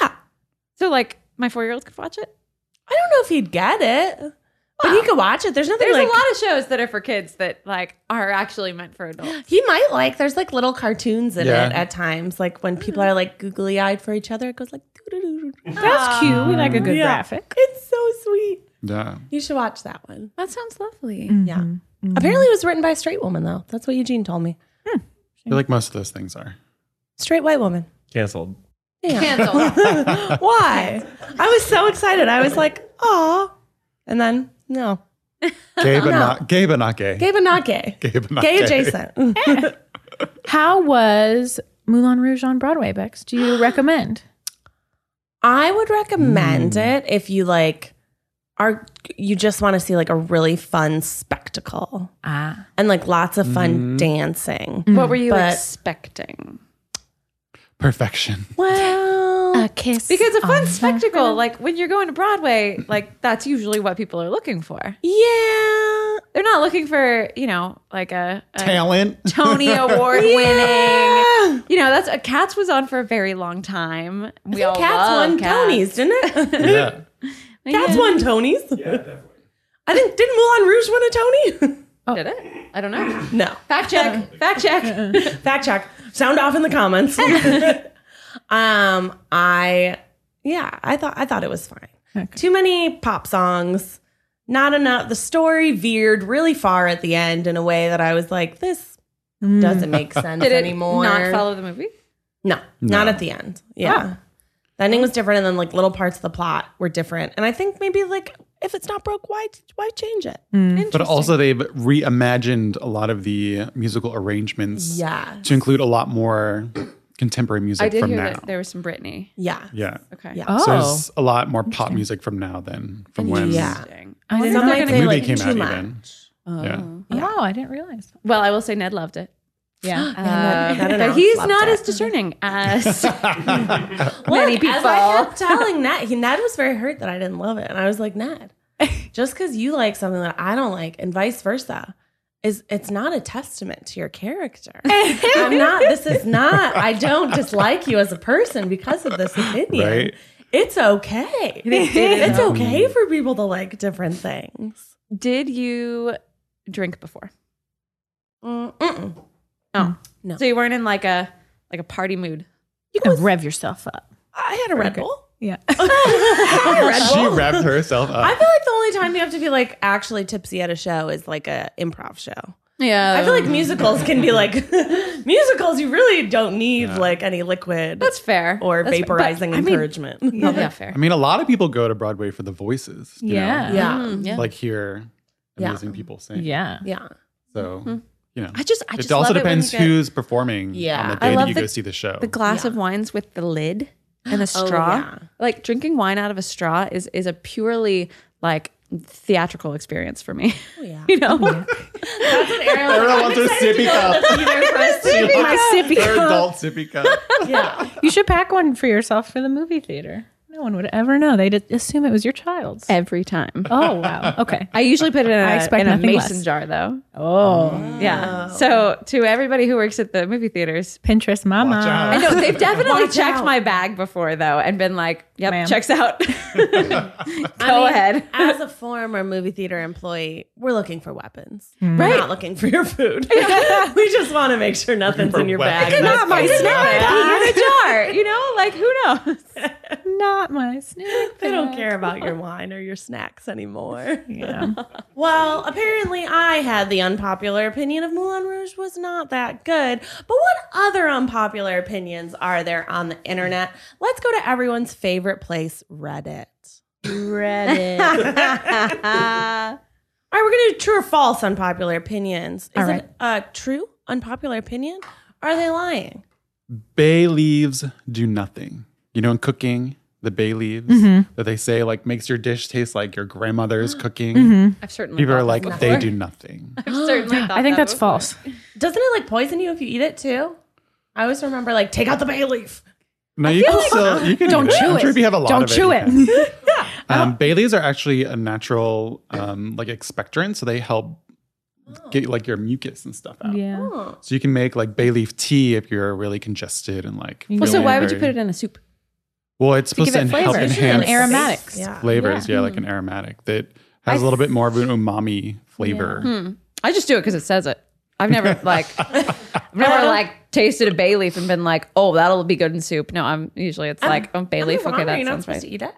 [SPEAKER 5] yeah.
[SPEAKER 3] So like my four year old could watch it.
[SPEAKER 5] I don't know if he'd get it, but he could watch it. Ah. There's nothing
[SPEAKER 3] There's
[SPEAKER 5] like
[SPEAKER 3] a lot of shows that are for kids that like are actually meant for adults.
[SPEAKER 5] He might like. There's like little cartoons in
[SPEAKER 4] Yeah.
[SPEAKER 5] it at times, like when people are like googly eyed for each other. It goes like, doo-doo-doo-doo.
[SPEAKER 2] Ah. That's cute. We like a good
[SPEAKER 5] Yeah.
[SPEAKER 2] graphic.
[SPEAKER 5] it's so sweet.
[SPEAKER 4] Yeah.
[SPEAKER 5] You should watch that one.
[SPEAKER 3] That sounds lovely.
[SPEAKER 2] Mm.
[SPEAKER 5] Yeah.
[SPEAKER 2] Mm-hmm.
[SPEAKER 5] Apparently, it was written by a straight woman though. That's what Eugene told me.
[SPEAKER 4] I feel like most of those things are.
[SPEAKER 5] Straight white woman.
[SPEAKER 6] Canceled.
[SPEAKER 3] Cancel.
[SPEAKER 5] Why? I was so excited. I was like, aw, and then no,
[SPEAKER 4] Gay but not gay but not gay.
[SPEAKER 5] gay but not gay.
[SPEAKER 4] Gay but not
[SPEAKER 5] Gay adjacent.
[SPEAKER 2] How was Moulin Rouge on Broadway, Bex? Do you recommend?
[SPEAKER 5] I would recommend
[SPEAKER 4] Hmm.
[SPEAKER 5] it if you like are you just want to see like a really fun spectacle.
[SPEAKER 2] Ah,
[SPEAKER 5] and like lots of fun
[SPEAKER 4] Mm-hmm.
[SPEAKER 5] dancing.
[SPEAKER 3] what were you
[SPEAKER 5] But-
[SPEAKER 3] expecting?
[SPEAKER 4] Perfection.
[SPEAKER 5] Well,
[SPEAKER 2] a kiss
[SPEAKER 3] Because a fun spectacle, like when you're going to Broadway, like that's usually what people are looking for.
[SPEAKER 5] yeah,
[SPEAKER 3] They're not looking for, you know, like a, a
[SPEAKER 4] Talent.
[SPEAKER 3] Tony Award winning.
[SPEAKER 5] yeah.
[SPEAKER 3] You know, that's a Cats was on for a very long time. We all
[SPEAKER 5] Cats
[SPEAKER 3] love
[SPEAKER 5] won
[SPEAKER 3] Cats.
[SPEAKER 5] Tonys, didn't it?
[SPEAKER 4] yeah.
[SPEAKER 5] Cats won Tonys. Yeah, definitely. I didn't. Didn't Moulin Rouge win a Tony?
[SPEAKER 3] Did it? I don't know.
[SPEAKER 5] no.
[SPEAKER 3] Fact check. Oh. Fact check.
[SPEAKER 5] Fact check. Sound off in the comments. um, I yeah, I thought I thought it was fine. Too many pop songs. Not enough. The story veered really far at the end in a way that I was like, this doesn't make sense
[SPEAKER 3] Mm. Did it
[SPEAKER 5] anymore.
[SPEAKER 3] not follow the movie?
[SPEAKER 5] No, not at the end. Yeah. The ending was different and then like little parts of the plot were different. And I think maybe like if it's not broke, why why change it?
[SPEAKER 4] But also they've reimagined a lot of the musical arrangements
[SPEAKER 5] Yeah.
[SPEAKER 4] to include a lot more contemporary music
[SPEAKER 3] I did
[SPEAKER 4] from
[SPEAKER 3] hear
[SPEAKER 4] now.
[SPEAKER 3] that there was some Britney.
[SPEAKER 5] Yeah.
[SPEAKER 4] yeah.
[SPEAKER 3] Okay.
[SPEAKER 5] Yeah.
[SPEAKER 2] Oh,
[SPEAKER 4] So there's a lot more pop music from now than from when
[SPEAKER 5] Yeah.
[SPEAKER 3] Interesting.
[SPEAKER 2] I didn't
[SPEAKER 5] Some
[SPEAKER 2] know.
[SPEAKER 5] might
[SPEAKER 4] the
[SPEAKER 5] say
[SPEAKER 4] movie
[SPEAKER 5] like
[SPEAKER 4] came
[SPEAKER 5] too
[SPEAKER 4] out
[SPEAKER 5] much.
[SPEAKER 4] even. Yeah.
[SPEAKER 2] Wow, Oh, I didn't realize.
[SPEAKER 3] Well, I will say Ned loved it.
[SPEAKER 2] Yeah.
[SPEAKER 3] Uh,
[SPEAKER 5] Ned- Ned and
[SPEAKER 3] but
[SPEAKER 5] Alex
[SPEAKER 3] he's
[SPEAKER 5] loved
[SPEAKER 3] not
[SPEAKER 5] it.
[SPEAKER 3] as discerning as
[SPEAKER 5] Look,
[SPEAKER 3] many
[SPEAKER 5] As I
[SPEAKER 3] people.
[SPEAKER 5] kept telling Ned, he, Ned was very hurt that I didn't love it. And I was like, Ned, just because you like something that I don't like and vice versa. Is it's not a testament to your character. I'm not, this is not, I don't dislike you as a person because of this opinion.
[SPEAKER 4] Right.
[SPEAKER 5] It's okay. It's okay for people to like different things.
[SPEAKER 3] Did you drink before?
[SPEAKER 5] Mm-mm.
[SPEAKER 3] Oh.
[SPEAKER 5] No.
[SPEAKER 3] So you weren't in like a like a party mood.
[SPEAKER 2] You can rev yourself up.
[SPEAKER 5] I had a Red Bull.
[SPEAKER 2] Yeah.
[SPEAKER 5] I had a Red
[SPEAKER 4] She
[SPEAKER 5] Bull.
[SPEAKER 4] wrapped herself
[SPEAKER 5] I
[SPEAKER 4] up.
[SPEAKER 5] feel like the only time you have to be like actually tipsy at a show is like a improv show.
[SPEAKER 3] Yeah.
[SPEAKER 5] I feel like musicals can be like musicals. You really don't need like any liquid
[SPEAKER 3] that's fair.
[SPEAKER 5] or
[SPEAKER 3] That's fair. But,
[SPEAKER 5] vaporizing
[SPEAKER 3] I mean,
[SPEAKER 5] encouragement.
[SPEAKER 3] yeah, yeah, fair.
[SPEAKER 4] I mean, a lot of people go to Broadway for the voices. you know?
[SPEAKER 2] Yeah.
[SPEAKER 5] yeah,
[SPEAKER 3] Mm, Yeah.
[SPEAKER 4] Like hear
[SPEAKER 5] Yeah.
[SPEAKER 4] amazing people sing.
[SPEAKER 2] Yeah.
[SPEAKER 5] yeah.
[SPEAKER 4] So you know,
[SPEAKER 3] Mm-hmm. I just I just
[SPEAKER 4] it also
[SPEAKER 3] love
[SPEAKER 4] depends
[SPEAKER 3] it when you get
[SPEAKER 4] who's performing.
[SPEAKER 5] Yeah.
[SPEAKER 4] on the
[SPEAKER 3] I
[SPEAKER 4] day
[SPEAKER 3] love
[SPEAKER 4] that you
[SPEAKER 3] the-
[SPEAKER 4] go see the show.
[SPEAKER 3] the glass of wines with the lid and a
[SPEAKER 2] Oh,
[SPEAKER 3] straw.
[SPEAKER 5] yeah.
[SPEAKER 3] Like drinking wine out of a straw is is a purely like theatrical experience for me.
[SPEAKER 2] Oh,
[SPEAKER 5] yeah.
[SPEAKER 3] you know?
[SPEAKER 5] That's what Ariel.
[SPEAKER 4] Everyone wants their sippy cup.
[SPEAKER 2] My sippy
[SPEAKER 4] Their
[SPEAKER 2] cup.
[SPEAKER 4] adult sippy cup.
[SPEAKER 5] yeah,
[SPEAKER 3] Mm.
[SPEAKER 2] You should pack one for yourself for the movie theater. No one would ever know. They'd assume it was your child's.
[SPEAKER 3] every time.
[SPEAKER 2] Oh wow. Okay.
[SPEAKER 3] I usually put it in a,
[SPEAKER 2] I expect
[SPEAKER 3] in a
[SPEAKER 2] nothing
[SPEAKER 3] mason
[SPEAKER 2] less.
[SPEAKER 3] jar, though.
[SPEAKER 2] Oh,
[SPEAKER 3] Yeah. So to everybody who works at the movie theaters,
[SPEAKER 2] Pinterest mama.
[SPEAKER 4] Watch out.
[SPEAKER 3] I know they've definitely checked my bag before, though, and been like, "Yep,
[SPEAKER 2] Ma'am.
[SPEAKER 3] checks out."
[SPEAKER 5] I
[SPEAKER 3] Go
[SPEAKER 5] mean,
[SPEAKER 3] ahead.
[SPEAKER 5] As a former movie theater employee, we're looking for weapons.
[SPEAKER 4] Hmm.
[SPEAKER 5] Right. We're not looking for your food. we just want to make sure nothing's
[SPEAKER 4] for
[SPEAKER 5] in your
[SPEAKER 4] weapons.
[SPEAKER 5] bag.
[SPEAKER 4] It's
[SPEAKER 5] That's
[SPEAKER 4] not my
[SPEAKER 5] fucking
[SPEAKER 4] snack.
[SPEAKER 5] bad.
[SPEAKER 3] in a jar, you know, like who knows?
[SPEAKER 2] Not my snack.
[SPEAKER 5] They don't care about your wine or your snacks anymore.
[SPEAKER 2] Yeah.
[SPEAKER 5] Well, apparently I had the unpopular opinion of Moulin Rouge was not that good. But what other unpopular opinions are there on the internet? Let's go to everyone's favorite place, Reddit. Reddit. All right, we're going to do true or false unpopular opinions. Is
[SPEAKER 2] All
[SPEAKER 5] it a true unpopular opinion? Or are they lying?
[SPEAKER 4] bay leaves do nothing. You know, in cooking, the bay leaves
[SPEAKER 2] Mm-hmm.
[SPEAKER 4] that they say like makes your dish taste like your grandmother's cooking.
[SPEAKER 3] I've certainly
[SPEAKER 4] People are like, they do nothing.
[SPEAKER 3] certainly.
[SPEAKER 2] Mm-hmm. I think that's false.
[SPEAKER 5] Doesn't it like poison you if you eat it too? I always remember like take out the bay leaf.
[SPEAKER 4] No, you can still you can
[SPEAKER 2] Don't
[SPEAKER 4] eat it.
[SPEAKER 2] chew
[SPEAKER 4] I'm
[SPEAKER 2] it.
[SPEAKER 4] sure if you have a lot
[SPEAKER 2] Don't
[SPEAKER 4] of it,
[SPEAKER 2] chew
[SPEAKER 4] you
[SPEAKER 2] it.
[SPEAKER 4] can. Um, bay leaves are actually a natural um, like expectorant, so they help get like your mucus and stuff
[SPEAKER 3] Oh.
[SPEAKER 4] out.
[SPEAKER 2] Yeah.
[SPEAKER 4] So you can make like bay leef tea if you're really congested and like.
[SPEAKER 2] Well,
[SPEAKER 3] Well, so
[SPEAKER 4] feeling
[SPEAKER 3] why would you
[SPEAKER 4] very-
[SPEAKER 3] put it in a soup?
[SPEAKER 4] Well, it's supposed
[SPEAKER 2] give it
[SPEAKER 4] to, help
[SPEAKER 2] flavor. Especially
[SPEAKER 4] enhance
[SPEAKER 2] an aromatics.
[SPEAKER 5] Yeah.
[SPEAKER 4] flavors. Yeah, like an aromatic that has a little bit more of an umami flavor.
[SPEAKER 3] I just do it because it says it. I've never like, I've never like tasted a bay leaf and been like, "Oh, that'll be good in soup." No, I'm usually it's like, "Oh, bay leaf." Okay, that
[SPEAKER 5] you're not
[SPEAKER 3] sounds
[SPEAKER 5] supposed
[SPEAKER 3] right.
[SPEAKER 5] to eat it.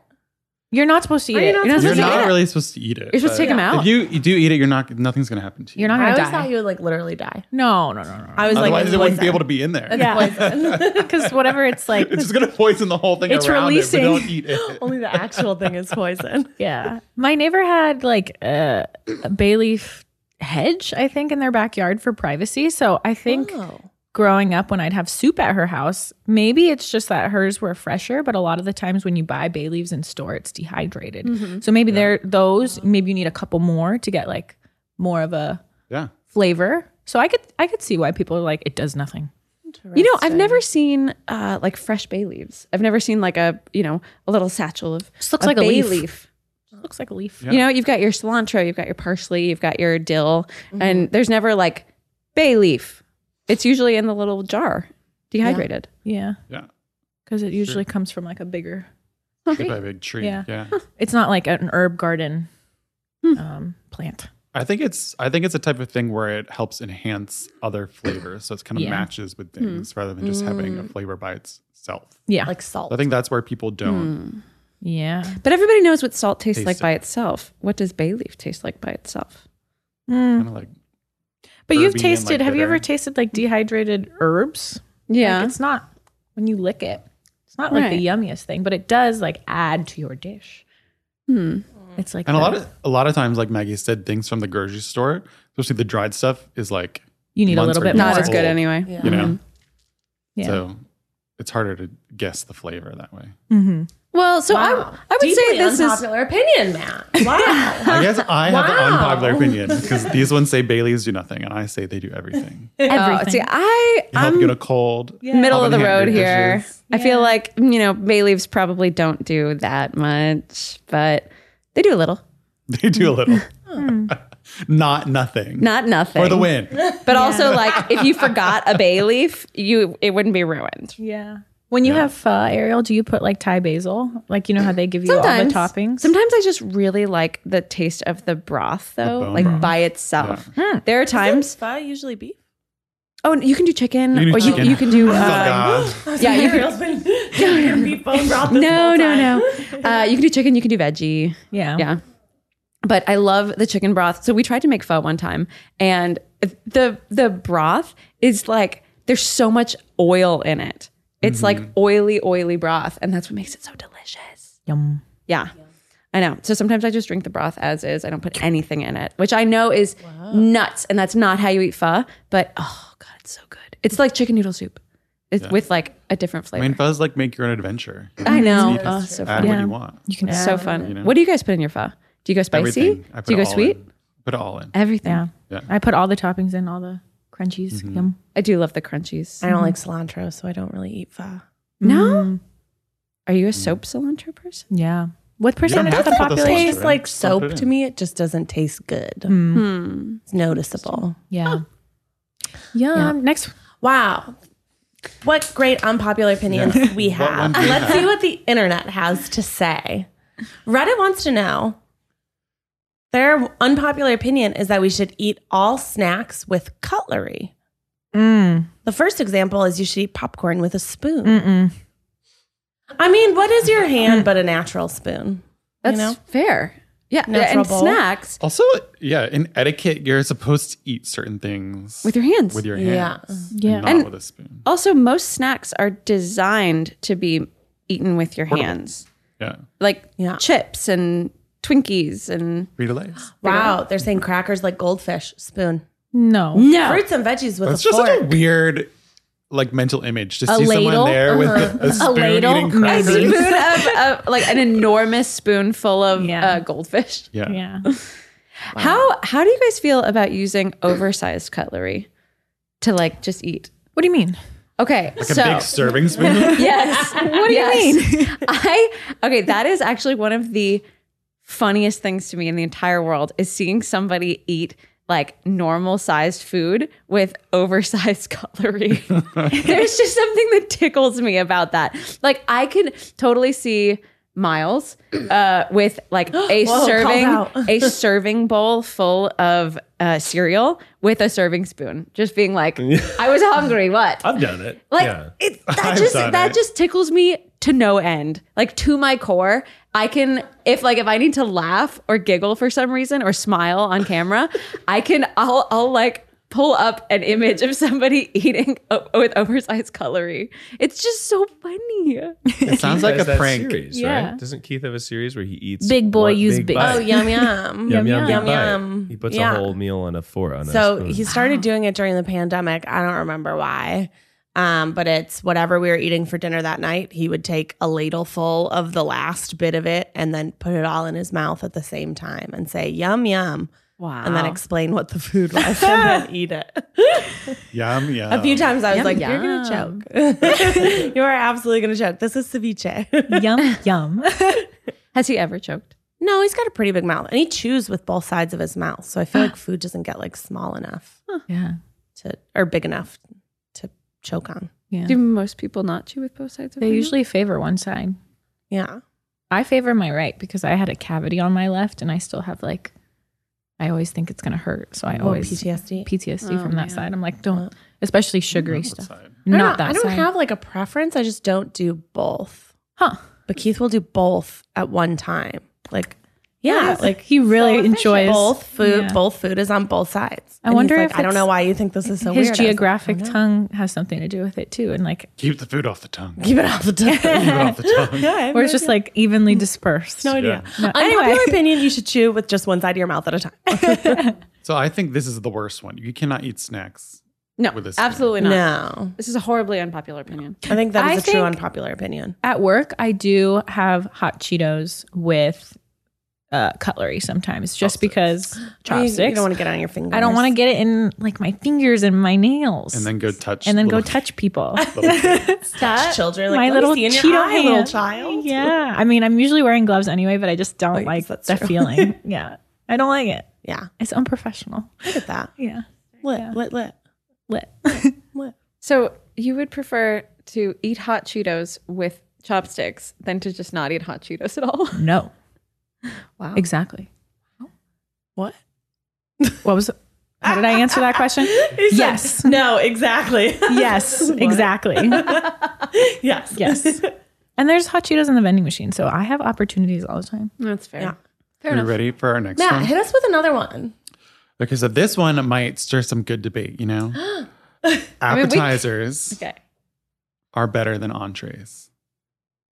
[SPEAKER 2] You're not supposed to eat it.
[SPEAKER 5] not
[SPEAKER 2] You're not,
[SPEAKER 4] You're
[SPEAKER 3] supposed to eat
[SPEAKER 4] not
[SPEAKER 3] it.
[SPEAKER 4] really supposed to eat it.
[SPEAKER 3] You're supposed to
[SPEAKER 4] but
[SPEAKER 3] take them out.
[SPEAKER 4] If you, you do eat it, you're not. Nothing's gonna happen to you.
[SPEAKER 2] you're not
[SPEAKER 5] I
[SPEAKER 2] gonna
[SPEAKER 5] always
[SPEAKER 2] die.
[SPEAKER 5] thought you would like literally die.
[SPEAKER 2] no, no, no, no, no.
[SPEAKER 5] I was
[SPEAKER 4] Otherwise,
[SPEAKER 5] like,
[SPEAKER 4] it wouldn't be
[SPEAKER 5] poison.
[SPEAKER 4] able to be in there.
[SPEAKER 2] Yeah. Because whatever it's like.
[SPEAKER 4] It's just gonna poison the whole thing
[SPEAKER 2] It's
[SPEAKER 4] around
[SPEAKER 2] releasing.
[SPEAKER 4] it. If we don't eat it.
[SPEAKER 5] Only the actual thing is poison.
[SPEAKER 2] Yeah. My neighbor had like a, a bay leaf hedge, I think, in their backyard for privacy. So I think
[SPEAKER 3] Oh.
[SPEAKER 5] Oh.
[SPEAKER 2] growing up when I'd have soup at her house, maybe it's just that hers were fresher, but a lot of the times when you buy bay leaves in store, it's dehydrated.
[SPEAKER 3] Mm-hmm.
[SPEAKER 2] So maybe they're
[SPEAKER 3] Oh.
[SPEAKER 2] those, maybe you need a couple more to get like more of a
[SPEAKER 4] Yeah.
[SPEAKER 2] flavor. So I could I could see why people are like, it does nothing.
[SPEAKER 3] You know, I've never seen uh, like fresh bay leaves. I've never seen like a you know a little satchel of
[SPEAKER 2] Just looks
[SPEAKER 3] of
[SPEAKER 2] like a
[SPEAKER 3] bay
[SPEAKER 2] leaf.
[SPEAKER 3] leaf.
[SPEAKER 2] looks like a leaf.
[SPEAKER 4] Yeah.
[SPEAKER 3] You know, you've got your cilantro, you've got your parsley, you've got your dill, and there's never like bay leaf. It's usually in the little jar, dehydrated.
[SPEAKER 2] Yeah.
[SPEAKER 4] Yeah.
[SPEAKER 2] Because it usually comes from like a bigger
[SPEAKER 4] Hit by a big tree.
[SPEAKER 2] Yeah.
[SPEAKER 4] yeah.
[SPEAKER 2] it's not like an herb garden
[SPEAKER 3] Hmm.
[SPEAKER 2] um, plant.
[SPEAKER 4] I think it's I think it's a type of thing where it helps enhance other flavors. So it's kind of
[SPEAKER 2] Yeah. Mm-hmm. Mm.
[SPEAKER 4] matches with things rather than just having a flavor by itself.
[SPEAKER 2] Yeah.
[SPEAKER 5] Like salt.
[SPEAKER 4] I think that's where people don't.
[SPEAKER 2] yeah.
[SPEAKER 3] But everybody knows what salt tastes
[SPEAKER 4] Taste
[SPEAKER 3] like
[SPEAKER 4] it.
[SPEAKER 3] by itself. What does bay leaf taste like by itself?
[SPEAKER 2] Mm.
[SPEAKER 4] Kind of like
[SPEAKER 2] But
[SPEAKER 4] Herby
[SPEAKER 2] you've
[SPEAKER 4] and,
[SPEAKER 2] tasted,
[SPEAKER 4] like,
[SPEAKER 2] have you ever
[SPEAKER 4] bitter.
[SPEAKER 2] tasted like dehydrated herbs?
[SPEAKER 3] Yeah.
[SPEAKER 2] Like it's not, when you lick it, it's not like
[SPEAKER 3] Right.
[SPEAKER 2] the yummiest thing, but it does like add to your dish.
[SPEAKER 3] Hmm.
[SPEAKER 2] It's like,
[SPEAKER 4] and a lot
[SPEAKER 2] the-
[SPEAKER 4] of a lot of times, like Maggie said, things from the grocery store, especially the dried stuff, is like
[SPEAKER 2] you need a
[SPEAKER 4] months
[SPEAKER 2] little
[SPEAKER 4] or
[SPEAKER 2] bit
[SPEAKER 4] years
[SPEAKER 3] Not
[SPEAKER 2] more.
[SPEAKER 3] as good
[SPEAKER 4] old,
[SPEAKER 3] anyway.
[SPEAKER 4] You know,
[SPEAKER 2] Mm-hmm. Yeah.
[SPEAKER 4] so it's harder to guess the flavor that way.
[SPEAKER 3] Well, so I, I would say this is
[SPEAKER 5] unpopular opinion, Matt. Wow.
[SPEAKER 4] I guess I have the
[SPEAKER 5] Wow.
[SPEAKER 4] unpopular opinion because these ones say Bailey's do nothing, and I say they do everything. They
[SPEAKER 3] Oh, see, I
[SPEAKER 4] help
[SPEAKER 3] I'm
[SPEAKER 4] get a cold.
[SPEAKER 3] middle
[SPEAKER 4] help
[SPEAKER 3] of the
[SPEAKER 4] enhance
[SPEAKER 3] road
[SPEAKER 4] your
[SPEAKER 3] here.
[SPEAKER 4] dishes.
[SPEAKER 3] I feel like you know bay leaves probably don't do that much, but they do a little.
[SPEAKER 4] They do a little, not nothing,
[SPEAKER 3] Not nothing
[SPEAKER 4] for the win.
[SPEAKER 3] but also like if you forgot a bay leaf, you it wouldn't be ruined.
[SPEAKER 2] Yeah. When you have pho, Ariel, do you put like Thai basil? Like, you know how they give you
[SPEAKER 3] Sometimes
[SPEAKER 2] all the toppings?
[SPEAKER 3] Sometimes I just really like the taste of the broth though,
[SPEAKER 4] bone
[SPEAKER 3] like
[SPEAKER 4] broth.
[SPEAKER 3] by itself. There are times.
[SPEAKER 5] Pho usually beef.
[SPEAKER 3] Oh, you can do chicken,
[SPEAKER 4] You can do
[SPEAKER 3] or
[SPEAKER 4] chicken.
[SPEAKER 3] you you can do.
[SPEAKER 4] Oh,
[SPEAKER 3] Uh,
[SPEAKER 4] God.
[SPEAKER 3] yeah, you can,
[SPEAKER 5] been beef bone broth this
[SPEAKER 3] no,
[SPEAKER 5] whole
[SPEAKER 3] no,
[SPEAKER 5] time.
[SPEAKER 3] no. Uh, you can do chicken. You can do veggie.
[SPEAKER 2] yeah.
[SPEAKER 3] Yeah. But I love the chicken broth. So we tried to make pho one time and the the broth is like there's so much oil in it. It's
[SPEAKER 4] Mm-hmm.
[SPEAKER 3] like oily, oily broth, and that's what makes it so delicious.
[SPEAKER 2] Yum.
[SPEAKER 3] Yeah. I know. So sometimes I just drink the broth as is. I don't put anything in it, which I know is nuts, and that's not how you eat pho, but oh god, it's so good. It's like chicken noodle soup. It's with like a different
[SPEAKER 4] I
[SPEAKER 3] flavor.
[SPEAKER 4] mean, fuzz like make your own adventure. You
[SPEAKER 3] I know.
[SPEAKER 4] just
[SPEAKER 3] Oh, so
[SPEAKER 4] add
[SPEAKER 3] fun.
[SPEAKER 4] what you want.
[SPEAKER 2] You can
[SPEAKER 3] So fun.
[SPEAKER 4] know?
[SPEAKER 3] What do you guys put in your pho? Do you go spicy?
[SPEAKER 4] Everything. I
[SPEAKER 3] Do you
[SPEAKER 4] it
[SPEAKER 3] go
[SPEAKER 4] all
[SPEAKER 3] sweet?
[SPEAKER 4] in. Put it all in.
[SPEAKER 3] Everything.
[SPEAKER 2] Yeah.
[SPEAKER 4] Yeah. Mm-hmm.
[SPEAKER 2] I put all the toppings in, all the crunchies. Yum.
[SPEAKER 3] I do love the crunchies.
[SPEAKER 5] I don't like cilantro, so I don't really eat pho.
[SPEAKER 3] No? Are you a
[SPEAKER 4] Mm.
[SPEAKER 3] soap cilantro person?
[SPEAKER 2] Mm-hmm. Yeah. What
[SPEAKER 4] don't
[SPEAKER 2] percentage
[SPEAKER 4] have
[SPEAKER 2] of the
[SPEAKER 4] to put this on.
[SPEAKER 2] population?
[SPEAKER 5] tastes like
[SPEAKER 4] Don't put
[SPEAKER 5] soap
[SPEAKER 4] it
[SPEAKER 5] to
[SPEAKER 4] in.
[SPEAKER 5] me. It just doesn't taste good. It's noticeable.
[SPEAKER 2] Yeah. Yeah. Next.
[SPEAKER 5] Wow. What great unpopular opinions
[SPEAKER 4] Yeah.
[SPEAKER 5] we
[SPEAKER 4] What
[SPEAKER 5] have.
[SPEAKER 4] one do you
[SPEAKER 5] Let's
[SPEAKER 4] have?
[SPEAKER 5] see what the internet has to say. Reddit wants to know their unpopular opinion is that we should eat all snacks with cutlery. The first example is you should eat popcorn with a spoon. I mean, what is your hand but a natural spoon?
[SPEAKER 3] That's
[SPEAKER 5] know?
[SPEAKER 3] fair. Yeah,
[SPEAKER 5] Natural
[SPEAKER 3] and
[SPEAKER 5] bowl.
[SPEAKER 3] snacks
[SPEAKER 4] Also, yeah, in etiquette, you're supposed to eat certain things
[SPEAKER 3] with your hands.
[SPEAKER 4] with your
[SPEAKER 5] Yeah.
[SPEAKER 4] hands.
[SPEAKER 2] Yeah.
[SPEAKER 4] And not
[SPEAKER 3] And-
[SPEAKER 4] with a spoon.
[SPEAKER 3] also, most snacks are designed to be eaten with your hands,
[SPEAKER 4] Yeah.
[SPEAKER 3] like
[SPEAKER 5] Yeah.
[SPEAKER 3] chips and Twinkies and
[SPEAKER 4] Frito Lays.
[SPEAKER 5] Wow, they're saying crackers like goldfish spoon.
[SPEAKER 2] No.
[SPEAKER 5] Fruits and veggies with
[SPEAKER 4] That's
[SPEAKER 5] a
[SPEAKER 4] just
[SPEAKER 5] fork.
[SPEAKER 4] such a weird like mental image to see
[SPEAKER 5] ladle?
[SPEAKER 4] someone there with a, a spoon
[SPEAKER 2] ladle?
[SPEAKER 4] eating
[SPEAKER 2] Mm. I
[SPEAKER 4] crackers.
[SPEAKER 2] see.
[SPEAKER 3] spoon of, of like an enormous spoonful of
[SPEAKER 2] Yeah.
[SPEAKER 3] uh, goldfish.
[SPEAKER 4] Yeah.
[SPEAKER 2] Yeah.
[SPEAKER 3] How how do you guys feel about using oversized cutlery to like just eat?
[SPEAKER 2] What do you mean?
[SPEAKER 3] Okay,
[SPEAKER 4] Like
[SPEAKER 3] so
[SPEAKER 4] a big serving spoon.
[SPEAKER 3] yes. what do you mean? I okay. That is actually one of the funniest things to me in the entire world is seeing somebody eat like normal sized food with oversized cutlery. There's just something that tickles me about that. Like I could totally see Miles uh, with like
[SPEAKER 5] Whoa,
[SPEAKER 3] a
[SPEAKER 5] called
[SPEAKER 3] serving
[SPEAKER 5] out.
[SPEAKER 3] a serving bowl full of uh, cereal with a serving spoon, just being like, "I was hungry. What?
[SPEAKER 6] I've done it.
[SPEAKER 3] Like
[SPEAKER 6] yeah.
[SPEAKER 3] it that
[SPEAKER 4] I've
[SPEAKER 3] just
[SPEAKER 4] done
[SPEAKER 3] that
[SPEAKER 4] it.
[SPEAKER 3] just tickles me to no end. Like to my core. I can if like if I need to laugh or giggle for some reason or smile on camera, I can I'll I'll like pull up an image of somebody eating o- with oversized cutlery. It's just so funny.
[SPEAKER 4] it sounds like
[SPEAKER 6] Does
[SPEAKER 4] a
[SPEAKER 6] that
[SPEAKER 4] prank.
[SPEAKER 6] Series,
[SPEAKER 2] Yeah,
[SPEAKER 6] right? Doesn't Keith have a series where he eats
[SPEAKER 2] Big boy
[SPEAKER 6] one
[SPEAKER 2] use big-
[SPEAKER 6] bite?
[SPEAKER 5] Oh, yum yum.
[SPEAKER 6] Yum yum
[SPEAKER 5] Yum, yum.
[SPEAKER 6] yum. yum. He puts
[SPEAKER 5] Yeah.
[SPEAKER 6] a whole meal on a four on a
[SPEAKER 5] So
[SPEAKER 6] spoon.
[SPEAKER 5] he started doing it during the pandemic. I don't remember why. Um, but it's whatever we were eating for dinner that night, he would take a ladle full of the last bit of it and then put it all in his mouth at the same time and say, yum, yum.
[SPEAKER 3] Wow.
[SPEAKER 5] And then explain what the food was and then eat it.
[SPEAKER 4] Yum, yum.
[SPEAKER 5] A few times I was
[SPEAKER 3] Yum,
[SPEAKER 5] like, you're going
[SPEAKER 2] yum."
[SPEAKER 5] to choke. you are absolutely going to choke. This is ceviche.
[SPEAKER 2] yum yum.
[SPEAKER 3] Has he ever choked?
[SPEAKER 5] no, he's got a pretty big mouth and he chews with both sides of his mouth. So I feel like food doesn't get like small enough
[SPEAKER 2] yeah.
[SPEAKER 5] to, or big enough to choke on.
[SPEAKER 2] Yeah.
[SPEAKER 3] Do most people not chew with both sides of
[SPEAKER 2] They
[SPEAKER 3] their mouth?
[SPEAKER 2] usually favor one side.
[SPEAKER 5] Yeah.
[SPEAKER 2] I favor my right because I had a cavity on my left and I still have like I always think it's gonna hurt. So I
[SPEAKER 5] Oh,
[SPEAKER 2] always
[SPEAKER 5] PTSD.
[SPEAKER 2] PTSD
[SPEAKER 3] Oh,
[SPEAKER 2] from that
[SPEAKER 3] man.
[SPEAKER 2] side. I'm like, don't especially sugary
[SPEAKER 4] Outside.
[SPEAKER 2] stuff.
[SPEAKER 5] I don't-
[SPEAKER 2] Not that
[SPEAKER 5] I don't
[SPEAKER 2] side.
[SPEAKER 5] have like a preference. I just don't do both.
[SPEAKER 2] huh.
[SPEAKER 5] But Keith will do both at one time. Like, yeah, like
[SPEAKER 2] he really
[SPEAKER 5] so efficient.
[SPEAKER 2] enjoys-
[SPEAKER 5] both food.
[SPEAKER 2] yeah.
[SPEAKER 5] Both food is on both sides.
[SPEAKER 2] I
[SPEAKER 5] And he's
[SPEAKER 2] wonder
[SPEAKER 5] like,
[SPEAKER 2] if
[SPEAKER 5] I don't
[SPEAKER 2] it's
[SPEAKER 5] know why you think this is so
[SPEAKER 2] His
[SPEAKER 5] weird. I was like,
[SPEAKER 2] geographic
[SPEAKER 5] "I don't know."
[SPEAKER 2] tongue has something to do with it too. And like
[SPEAKER 4] Keep the food off the tongue. Keep
[SPEAKER 5] "Oh, Keep it off the
[SPEAKER 4] it
[SPEAKER 5] tongue.
[SPEAKER 4] off the tongue.
[SPEAKER 5] yeah,
[SPEAKER 2] or it's just like evenly dispersed.
[SPEAKER 5] Mm. no idea. Unpopular
[SPEAKER 2] Anyway.
[SPEAKER 5] opinion: You should chew with just one side of your mouth at a time.
[SPEAKER 4] So I think this is the worst one. You cannot eat snacks.
[SPEAKER 3] No,
[SPEAKER 4] with a spoon.
[SPEAKER 3] absolutely not.
[SPEAKER 5] no,
[SPEAKER 3] This is a horribly unpopular opinion.
[SPEAKER 5] I think that
[SPEAKER 2] I
[SPEAKER 5] is a true
[SPEAKER 2] think-
[SPEAKER 5] unpopular opinion.
[SPEAKER 2] At work, I do have hot Cheetos with uh, cutlery sometimes, just because
[SPEAKER 5] You-
[SPEAKER 2] chopsticks.
[SPEAKER 5] You don't want to get it on your finger.
[SPEAKER 2] I don't want to get it in like my fingers and my nails,
[SPEAKER 4] And then go touch.
[SPEAKER 2] and then go
[SPEAKER 4] little-
[SPEAKER 2] touch people.
[SPEAKER 4] little-
[SPEAKER 5] touch children. Like,
[SPEAKER 2] my
[SPEAKER 5] "Let me
[SPEAKER 2] little
[SPEAKER 5] see in your
[SPEAKER 2] Cheeto
[SPEAKER 5] eye, little
[SPEAKER 2] hand.
[SPEAKER 5] child.
[SPEAKER 2] Yeah, I mean, I'm usually wearing gloves anyway, but I just don't
[SPEAKER 5] I guess
[SPEAKER 2] like
[SPEAKER 5] that's
[SPEAKER 2] the
[SPEAKER 5] true.
[SPEAKER 2] feeling. yeah, I don't like it.
[SPEAKER 5] yeah.
[SPEAKER 2] It's unprofessional.
[SPEAKER 5] Look at that.
[SPEAKER 2] Yeah,
[SPEAKER 5] Lit,
[SPEAKER 2] Yeah.
[SPEAKER 5] lit, lit.
[SPEAKER 2] lit.
[SPEAKER 3] So you would prefer to eat hot Cheetos with chopsticks than to just not eat hot Cheetos at all?
[SPEAKER 2] no,
[SPEAKER 3] Wow.
[SPEAKER 2] exactly.
[SPEAKER 5] What?
[SPEAKER 2] What was? How did I answer that question? yes,
[SPEAKER 5] No, exactly.
[SPEAKER 2] yes, exactly.
[SPEAKER 5] yes.
[SPEAKER 2] Yes. And there's hot Cheetos in the vending machine, so I have opportunities all the time.
[SPEAKER 3] That's fair.
[SPEAKER 5] Yeah.
[SPEAKER 4] Are you ready for our next
[SPEAKER 5] Matt,
[SPEAKER 4] one?
[SPEAKER 5] hit us with another one.
[SPEAKER 4] Because of this one might stir some good debate, you know? Appetizers
[SPEAKER 3] Okay.
[SPEAKER 4] are better than entrees.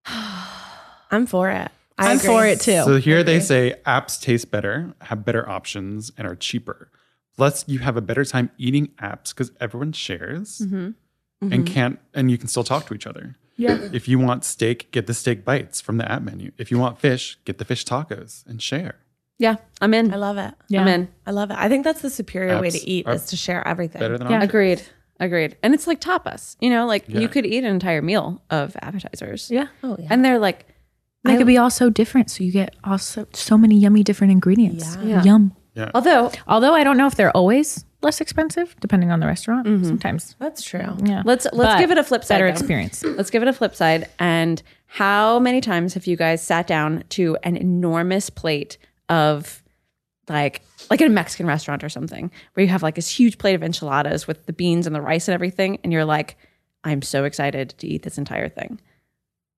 [SPEAKER 5] I'm for it. I
[SPEAKER 2] I'm
[SPEAKER 5] agree.
[SPEAKER 2] for it too.
[SPEAKER 4] So here they say apps taste better, have better options, and are cheaper. Plus, you have a better time eating apps because everyone shares and can't and you can still talk to each other. Yeah. If you want steak, get the steak bites from the app menu. If you want fish, get the fish tacos and share.
[SPEAKER 3] Yeah, I'm in.
[SPEAKER 5] I love it.
[SPEAKER 2] yeah.
[SPEAKER 3] I'm in.
[SPEAKER 5] I love it. I think that's the superior way to
[SPEAKER 4] Apps
[SPEAKER 5] eat
[SPEAKER 4] are
[SPEAKER 5] is to share everything.
[SPEAKER 4] Better than
[SPEAKER 2] Yeah.
[SPEAKER 4] entrees.
[SPEAKER 3] Agreed. Agreed. And it's like tapas, you know, like
[SPEAKER 4] Yeah.
[SPEAKER 3] you could eat an entire meal of appetizers.
[SPEAKER 2] Yeah.
[SPEAKER 5] Oh yeah.
[SPEAKER 3] And they're like,
[SPEAKER 2] They could be all so different. So you get also so many yummy different ingredients.
[SPEAKER 3] Yeah.
[SPEAKER 2] Yum.
[SPEAKER 3] although
[SPEAKER 2] Although I don't know if they're always less expensive, depending on the restaurant. Sometimes.
[SPEAKER 5] That's true.
[SPEAKER 2] Yeah.
[SPEAKER 3] let's let's
[SPEAKER 2] But
[SPEAKER 3] give it a flip side.
[SPEAKER 2] better
[SPEAKER 3] though.
[SPEAKER 2] experience.
[SPEAKER 3] Let's give it a flip side. And how many times have you guys sat down to an enormous plate of like like in a Mexican restaurant or something where you have like this huge plate of enchiladas with the beans and the rice and everything, and you're like, I'm so excited to eat this entire thing.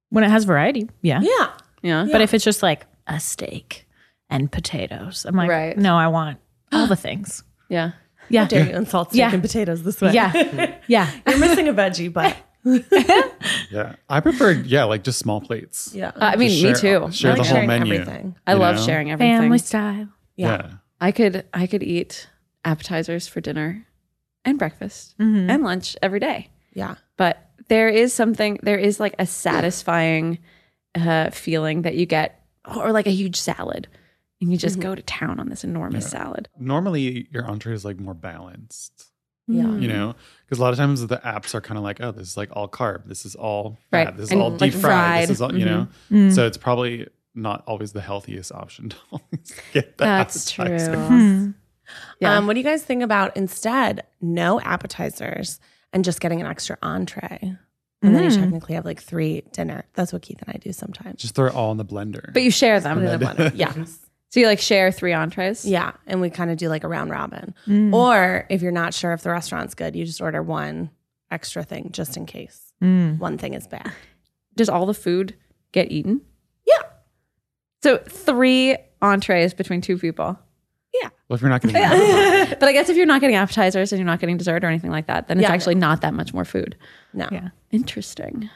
[SPEAKER 2] When it has variety. Yeah.
[SPEAKER 5] Yeah.
[SPEAKER 3] Yeah.
[SPEAKER 2] But if it's just like a steak and potatoes, I'm like,
[SPEAKER 3] Right.
[SPEAKER 2] no, I want all the things.
[SPEAKER 3] yeah.
[SPEAKER 2] Yeah.
[SPEAKER 5] How dare you insult steak
[SPEAKER 2] Yeah.
[SPEAKER 5] and potatoes this way?
[SPEAKER 2] Yeah. Yeah.
[SPEAKER 5] You're missing a veggie, but
[SPEAKER 4] Yeah. I prefer, yeah, like just small plates.
[SPEAKER 5] yeah.
[SPEAKER 3] Uh, I mean,
[SPEAKER 4] Share-
[SPEAKER 3] me too.
[SPEAKER 4] Share
[SPEAKER 5] I like
[SPEAKER 4] the whole
[SPEAKER 5] sharing
[SPEAKER 4] menu.
[SPEAKER 5] everything.
[SPEAKER 3] I
[SPEAKER 4] you
[SPEAKER 3] love
[SPEAKER 4] know?
[SPEAKER 3] sharing everything.
[SPEAKER 2] Family style.
[SPEAKER 4] Yeah.
[SPEAKER 3] I could I could eat appetizers for dinner and breakfast and lunch every day.
[SPEAKER 5] yeah.
[SPEAKER 3] But there is something there is like a satisfying uh, feeling that you get or like a huge salad and you just
[SPEAKER 5] Mm-hmm.
[SPEAKER 3] go to town on this enormous salad.
[SPEAKER 4] Normally, your entree is like more balanced,
[SPEAKER 5] Yeah.
[SPEAKER 4] you
[SPEAKER 3] Mm-hmm.
[SPEAKER 4] know, because a lot of times the apps are kind of like, oh, this is like all carb. This is all fat.
[SPEAKER 3] Right.
[SPEAKER 4] This is
[SPEAKER 3] And,
[SPEAKER 4] all
[SPEAKER 3] like,
[SPEAKER 4] deep fried.
[SPEAKER 3] fried. Mm-hmm.
[SPEAKER 4] This is all, you know.
[SPEAKER 2] Mm.
[SPEAKER 4] So it's probably not always the healthiest option to always get that.
[SPEAKER 3] That's true.
[SPEAKER 2] Hmm.
[SPEAKER 3] Yeah.
[SPEAKER 5] Um, what do you guys think about instead no appetizers and just getting an extra entree? And then you
[SPEAKER 2] Mm.
[SPEAKER 5] technically have like three dinner. That's what Keith and I do sometimes.
[SPEAKER 4] Just throw it all in the blender.
[SPEAKER 3] But you share them.
[SPEAKER 4] And then-
[SPEAKER 5] Yeah.
[SPEAKER 3] So you like share three entrees?
[SPEAKER 5] Yeah. And we kind of do like a round robin. Or if you're not sure if the restaurant's good, you just order one extra thing just in case
[SPEAKER 2] Mm.
[SPEAKER 5] one thing is bad.
[SPEAKER 3] Does all the food get eaten?
[SPEAKER 5] Yeah.
[SPEAKER 3] So three entrees between two people.
[SPEAKER 4] well, if you're not getting it,
[SPEAKER 3] But I guess if you're not getting appetizers and you're not getting dessert or anything like that, then it's
[SPEAKER 5] Yeah.
[SPEAKER 3] actually not that much more food.
[SPEAKER 5] No.
[SPEAKER 2] Yeah.
[SPEAKER 5] Yeah.
[SPEAKER 3] Interesting.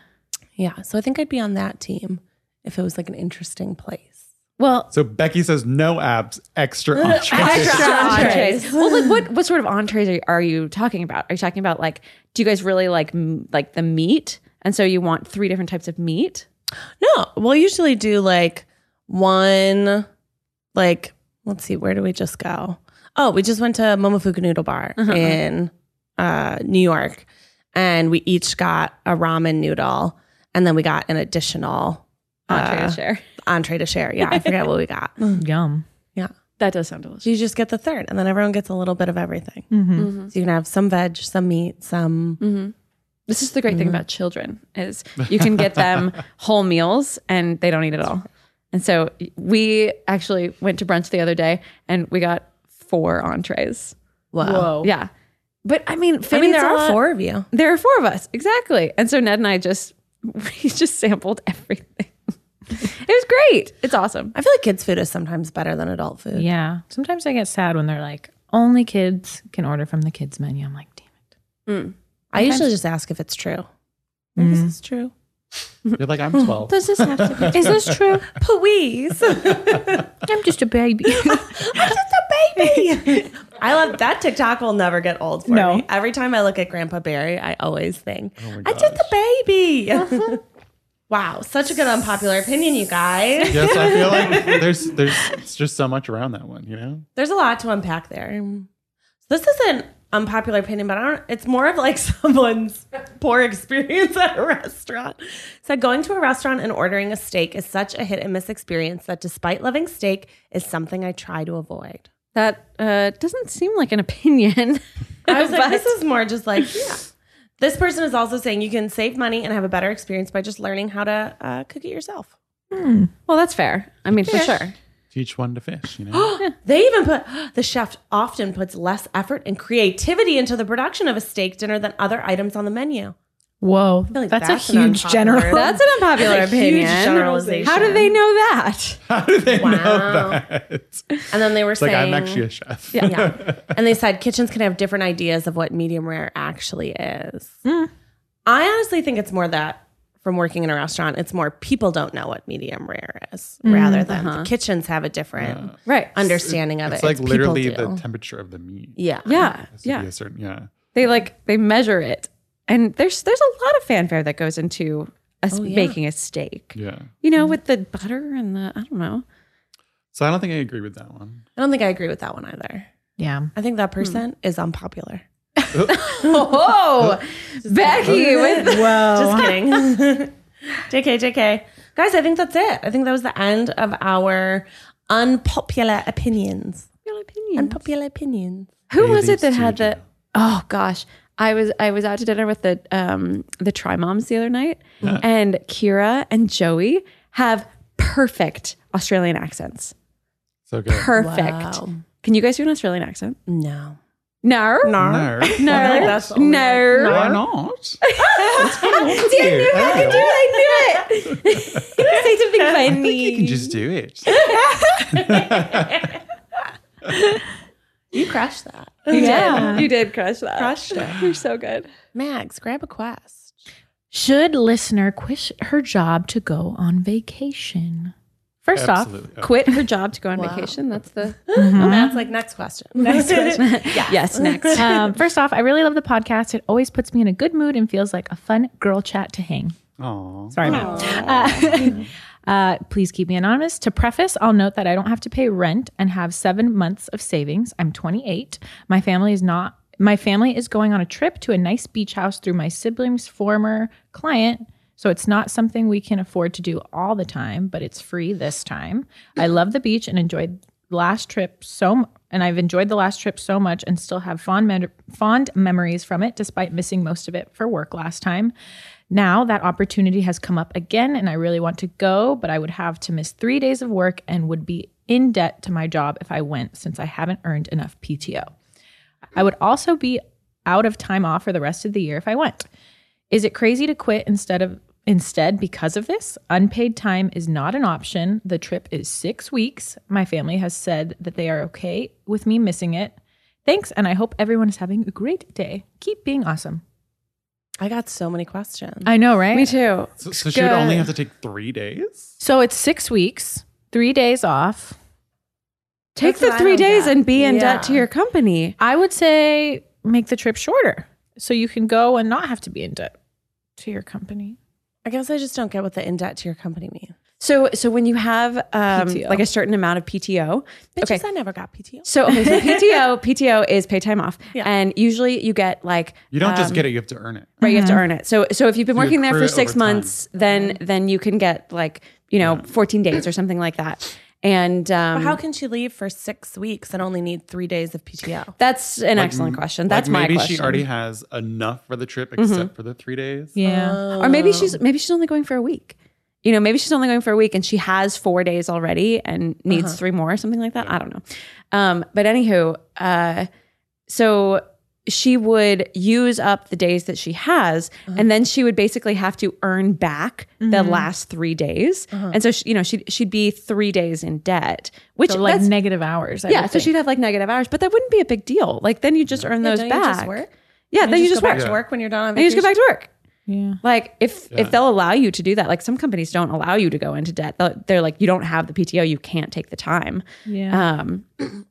[SPEAKER 5] So I think I'd be on that team if it was like an interesting place.
[SPEAKER 3] Well,
[SPEAKER 4] so Becky says no apps, extra entrees.
[SPEAKER 3] extra
[SPEAKER 5] entrees.
[SPEAKER 3] entrees. well, like what what sort of entrees are you, are you talking about? Are you talking about like do you guys really like m- like the meat? And so you want three different types of meat?
[SPEAKER 5] No, we'll usually do like one, like, let's see, where do we just go? Oh, we just went to Momofuku Noodle Bar
[SPEAKER 3] Uh-huh,
[SPEAKER 5] in uh, New York, and we each got a ramen noodle, and then we got an additional
[SPEAKER 3] Entree
[SPEAKER 5] uh,
[SPEAKER 3] to share.
[SPEAKER 5] entree to share. Yeah, I forget what we got.
[SPEAKER 3] Mm-hmm.
[SPEAKER 2] Yum.
[SPEAKER 5] Yeah.
[SPEAKER 3] That does sound delicious.
[SPEAKER 5] So you just get the third, and then everyone gets a little bit of everything.
[SPEAKER 3] Mm-hmm.
[SPEAKER 5] So you can have some veg, some meat, some.
[SPEAKER 3] This is the great thing about children is you can get them whole meals and they don't eat at all. And so we actually went to brunch the other day and we got four entrees.
[SPEAKER 2] Whoa.
[SPEAKER 3] Yeah. But I mean,
[SPEAKER 5] I mean,
[SPEAKER 3] Finney's
[SPEAKER 5] there
[SPEAKER 3] a
[SPEAKER 5] are
[SPEAKER 3] lot-
[SPEAKER 5] four of you.
[SPEAKER 3] There are four of us, exactly. And so Ned and I just we just sampled everything. it was great. It's awesome.
[SPEAKER 5] I feel like kids' food is sometimes better than adult food.
[SPEAKER 2] Yeah. Sometimes I get sad when they're like, only kids can order from the kids menu. I'm like, damn it.
[SPEAKER 5] I usually just ask if it's true. Like, Is this true?
[SPEAKER 4] You're like, I'm 12.
[SPEAKER 3] Does this have to be?
[SPEAKER 2] Is this true?
[SPEAKER 5] Please.
[SPEAKER 2] I'm just a baby.
[SPEAKER 5] I love that TikTok will never get old for
[SPEAKER 2] No.
[SPEAKER 5] me. Every time I look at Grandpa Barry, I always think, I just a baby. wow, such a good unpopular opinion, you guys.
[SPEAKER 4] yes, I feel like there's there's it's just so much around that one, you know?
[SPEAKER 5] There's a lot to unpack there. This is an unpopular opinion, but I don't it's more of like someone's poor experience at a restaurant. So going to a restaurant and ordering a steak is such a hit and miss experience that despite loving steak is something I try to avoid.
[SPEAKER 3] That uh, doesn't seem like an opinion.
[SPEAKER 5] I was like,
[SPEAKER 3] But-
[SPEAKER 5] this is more just like, yeah. This person is also saying you can save money and have a better experience by just learning how to uh, cook it yourself.
[SPEAKER 3] well, that's fair. I mean, for sure.
[SPEAKER 4] Teach one to fish, you know?
[SPEAKER 5] They even put the chef often puts less effort and creativity into the production of a steak dinner than other items on the menu.
[SPEAKER 2] Whoa.
[SPEAKER 5] I feel like
[SPEAKER 2] that's, a
[SPEAKER 5] an
[SPEAKER 2] huge
[SPEAKER 5] unpopular-
[SPEAKER 2] general.
[SPEAKER 3] That's an unpopular
[SPEAKER 5] That's a huge
[SPEAKER 3] opinion.
[SPEAKER 5] generalization.
[SPEAKER 3] How do they know that?
[SPEAKER 4] How do they know
[SPEAKER 5] Wow.
[SPEAKER 4] that? It's
[SPEAKER 5] And then they were
[SPEAKER 4] like
[SPEAKER 5] saying,
[SPEAKER 4] I'm actually a chef.
[SPEAKER 5] yeah. And they said kitchens can have different ideas of what medium rare actually is.
[SPEAKER 3] Hmm.
[SPEAKER 5] I honestly think it's more that from working in a restaurant, it's more people don't know what medium rare is rather than the kitchens have a different
[SPEAKER 3] Mm, uh-huh. Right.
[SPEAKER 5] understanding of
[SPEAKER 4] It's
[SPEAKER 5] it.
[SPEAKER 4] like
[SPEAKER 5] people
[SPEAKER 4] literally
[SPEAKER 5] do.
[SPEAKER 4] the temperature of the meat.
[SPEAKER 5] yeah.
[SPEAKER 3] Yeah.
[SPEAKER 4] Has to
[SPEAKER 3] Yeah.
[SPEAKER 4] Be a certain, yeah.
[SPEAKER 3] They like they measure it, and there's there's a lot of fanfare that goes into us making a steak.
[SPEAKER 4] Yeah.
[SPEAKER 3] You know, with the butter and the I don't know.
[SPEAKER 4] So I don't think I agree with that one.
[SPEAKER 5] I don't think I agree with that one either.
[SPEAKER 3] Hmm.
[SPEAKER 2] yeah.
[SPEAKER 5] I think that person is unpopular.
[SPEAKER 3] Oh, Becky with the-
[SPEAKER 5] Just kidding. JK, JK. Guys, I think that's it. I think that was the end of our unpopular opinions. Unpopular opinions.
[SPEAKER 3] who was it that
[SPEAKER 4] Bathing
[SPEAKER 3] had the? Oh gosh, I was I was out to dinner with the um the tri moms the other night, and Kira and Joey have perfect Australian accents.
[SPEAKER 4] So good.
[SPEAKER 3] Perfect. Can you guys do an Australian accent?
[SPEAKER 5] No.
[SPEAKER 3] No, no,
[SPEAKER 4] No.
[SPEAKER 3] no,
[SPEAKER 5] I feel like that's the only-
[SPEAKER 3] no.
[SPEAKER 4] Why not? What's going on with you?
[SPEAKER 3] I knew it, I knew it. Say something funny.
[SPEAKER 4] You can just do it.
[SPEAKER 5] You crushed that.
[SPEAKER 3] yeah, you did crush that.
[SPEAKER 5] Crushed it.
[SPEAKER 3] You're so good.
[SPEAKER 5] Max, grab a quest.
[SPEAKER 2] Should listener quit her job to go on vacation? First off,
[SPEAKER 4] Absolutely.
[SPEAKER 3] Quit her job to go on vacation. That's the
[SPEAKER 5] That's Oh, like next question. Next question.
[SPEAKER 3] yes next.
[SPEAKER 2] um, first off, I really love the podcast. It always puts me in a good mood and feels like a fun girl chat to hang.
[SPEAKER 4] Oh. Aw.
[SPEAKER 2] Sorry, Matt. Uh, uh, please keep me anonymous. To preface, I'll note that I don't have to pay rent and have seven months of savings. I'm 28. My family is not. My family is going on a trip to a nice beach house through my sibling's former client. So it's not something we can afford to do all the time, but it's free this time. I love the beach and enjoyed last trip so m- and I've enjoyed the last trip so much and still have fond mem- fond memories from it despite missing most of it for work last time. Now that opportunity has come up again and I really want to go, but I would have to miss 3 days of work and would be in debt to my job if I went since I haven't earned enough PTO. I would also be out of time off for the rest of the year if I went. Is it crazy to quit instead of instead because of this? Unpaid time is not an option. The trip is 6 weeks. My family has said that they are okay with me missing it. Thanks and I hope everyone is having a great day. Keep being awesome.
[SPEAKER 5] I got so many questions.
[SPEAKER 2] I know, right?
[SPEAKER 3] Me too.
[SPEAKER 4] So, so she would only have to take three days?
[SPEAKER 2] So it's 6 weeks, 3 days off.
[SPEAKER 3] Take
[SPEAKER 5] That's
[SPEAKER 3] the
[SPEAKER 5] what I
[SPEAKER 3] three
[SPEAKER 5] don't
[SPEAKER 3] days
[SPEAKER 5] get.
[SPEAKER 3] and be in
[SPEAKER 5] Yeah.
[SPEAKER 3] debt to your company.
[SPEAKER 2] I would say make the trip shorter so you can go and not have to be in debt to your company.
[SPEAKER 5] I guess I just don't get what the in debt to your company means.
[SPEAKER 3] So, so when you have um,
[SPEAKER 2] PTO.
[SPEAKER 3] like a certain amount of PTO,
[SPEAKER 5] Bitches,
[SPEAKER 3] okay.
[SPEAKER 5] I never got PTO.
[SPEAKER 3] So, okay, so PTO, PTO is pay time off, and usually you get like
[SPEAKER 4] You don't
[SPEAKER 3] um,
[SPEAKER 4] just get it, you have to earn it.
[SPEAKER 3] right. You have to earn it. So, so if you've been
[SPEAKER 4] Mm-hmm. You
[SPEAKER 3] working there
[SPEAKER 4] accrue
[SPEAKER 3] for
[SPEAKER 4] it
[SPEAKER 3] six
[SPEAKER 4] over time.
[SPEAKER 3] months, then then you can get like you know fourteen days or something like that. And um,
[SPEAKER 5] How
[SPEAKER 4] Mm.
[SPEAKER 5] can she leave for six weeks and only need three days of PTO?
[SPEAKER 3] that's an
[SPEAKER 4] Like,
[SPEAKER 3] excellent
[SPEAKER 4] m-
[SPEAKER 3] question.
[SPEAKER 4] like,
[SPEAKER 3] That's my
[SPEAKER 4] maybe
[SPEAKER 3] question. Mm-hmm.
[SPEAKER 4] she already has enough for the trip except for the three days.
[SPEAKER 2] Yeah.
[SPEAKER 3] or maybe she's
[SPEAKER 5] Um,
[SPEAKER 3] maybe she's only going for a week. You know, maybe she's only going for a week and she has four days already and needs
[SPEAKER 5] Uh-huh.
[SPEAKER 3] three more or something like that. I don't know. Um, but anywho, uh, so she would use up the days that she has,
[SPEAKER 5] Uh-huh.
[SPEAKER 3] and then she would basically have to earn back the
[SPEAKER 5] Mm-hmm.
[SPEAKER 3] last three days.
[SPEAKER 5] Uh-huh.
[SPEAKER 3] And so she, you know, she she'd be three days in debt, which
[SPEAKER 2] So like
[SPEAKER 3] that's-
[SPEAKER 2] negative hours. I
[SPEAKER 3] yeah,
[SPEAKER 2] would
[SPEAKER 3] so
[SPEAKER 2] think.
[SPEAKER 3] she'd have like negative hours, but that wouldn't be a big deal. Like then you just earn those
[SPEAKER 5] don't you
[SPEAKER 3] back.
[SPEAKER 5] just work?
[SPEAKER 3] Yeah, then you just,
[SPEAKER 5] go
[SPEAKER 3] work.
[SPEAKER 5] back to work when you're done on
[SPEAKER 3] And you
[SPEAKER 5] vacation.
[SPEAKER 3] just go back to work.
[SPEAKER 2] Yeah.
[SPEAKER 3] Like if if they'll allow you to do that, like some companies don't allow you to go into debt. They'll- They're like, you don't have the PTO, you can't take the time.
[SPEAKER 2] Yeah.
[SPEAKER 3] Um,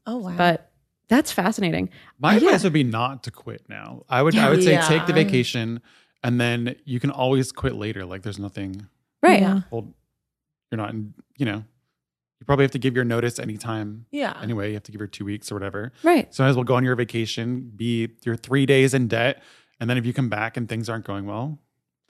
[SPEAKER 5] Oh wow!
[SPEAKER 3] but that's fascinating.
[SPEAKER 4] My advice would be not to quit now. I would I would say take the vacation and then you can always quit later. Like there's nothing
[SPEAKER 3] Right.
[SPEAKER 2] Yeah.
[SPEAKER 4] hold you're not in, you know. You probably have to give your notice anytime.
[SPEAKER 5] yeah,
[SPEAKER 4] Anyway, you have to give her two weeks or whatever.
[SPEAKER 3] Right.
[SPEAKER 4] So might as well go on your vacation, be your three days in debt, and then if you come back and things aren't going well,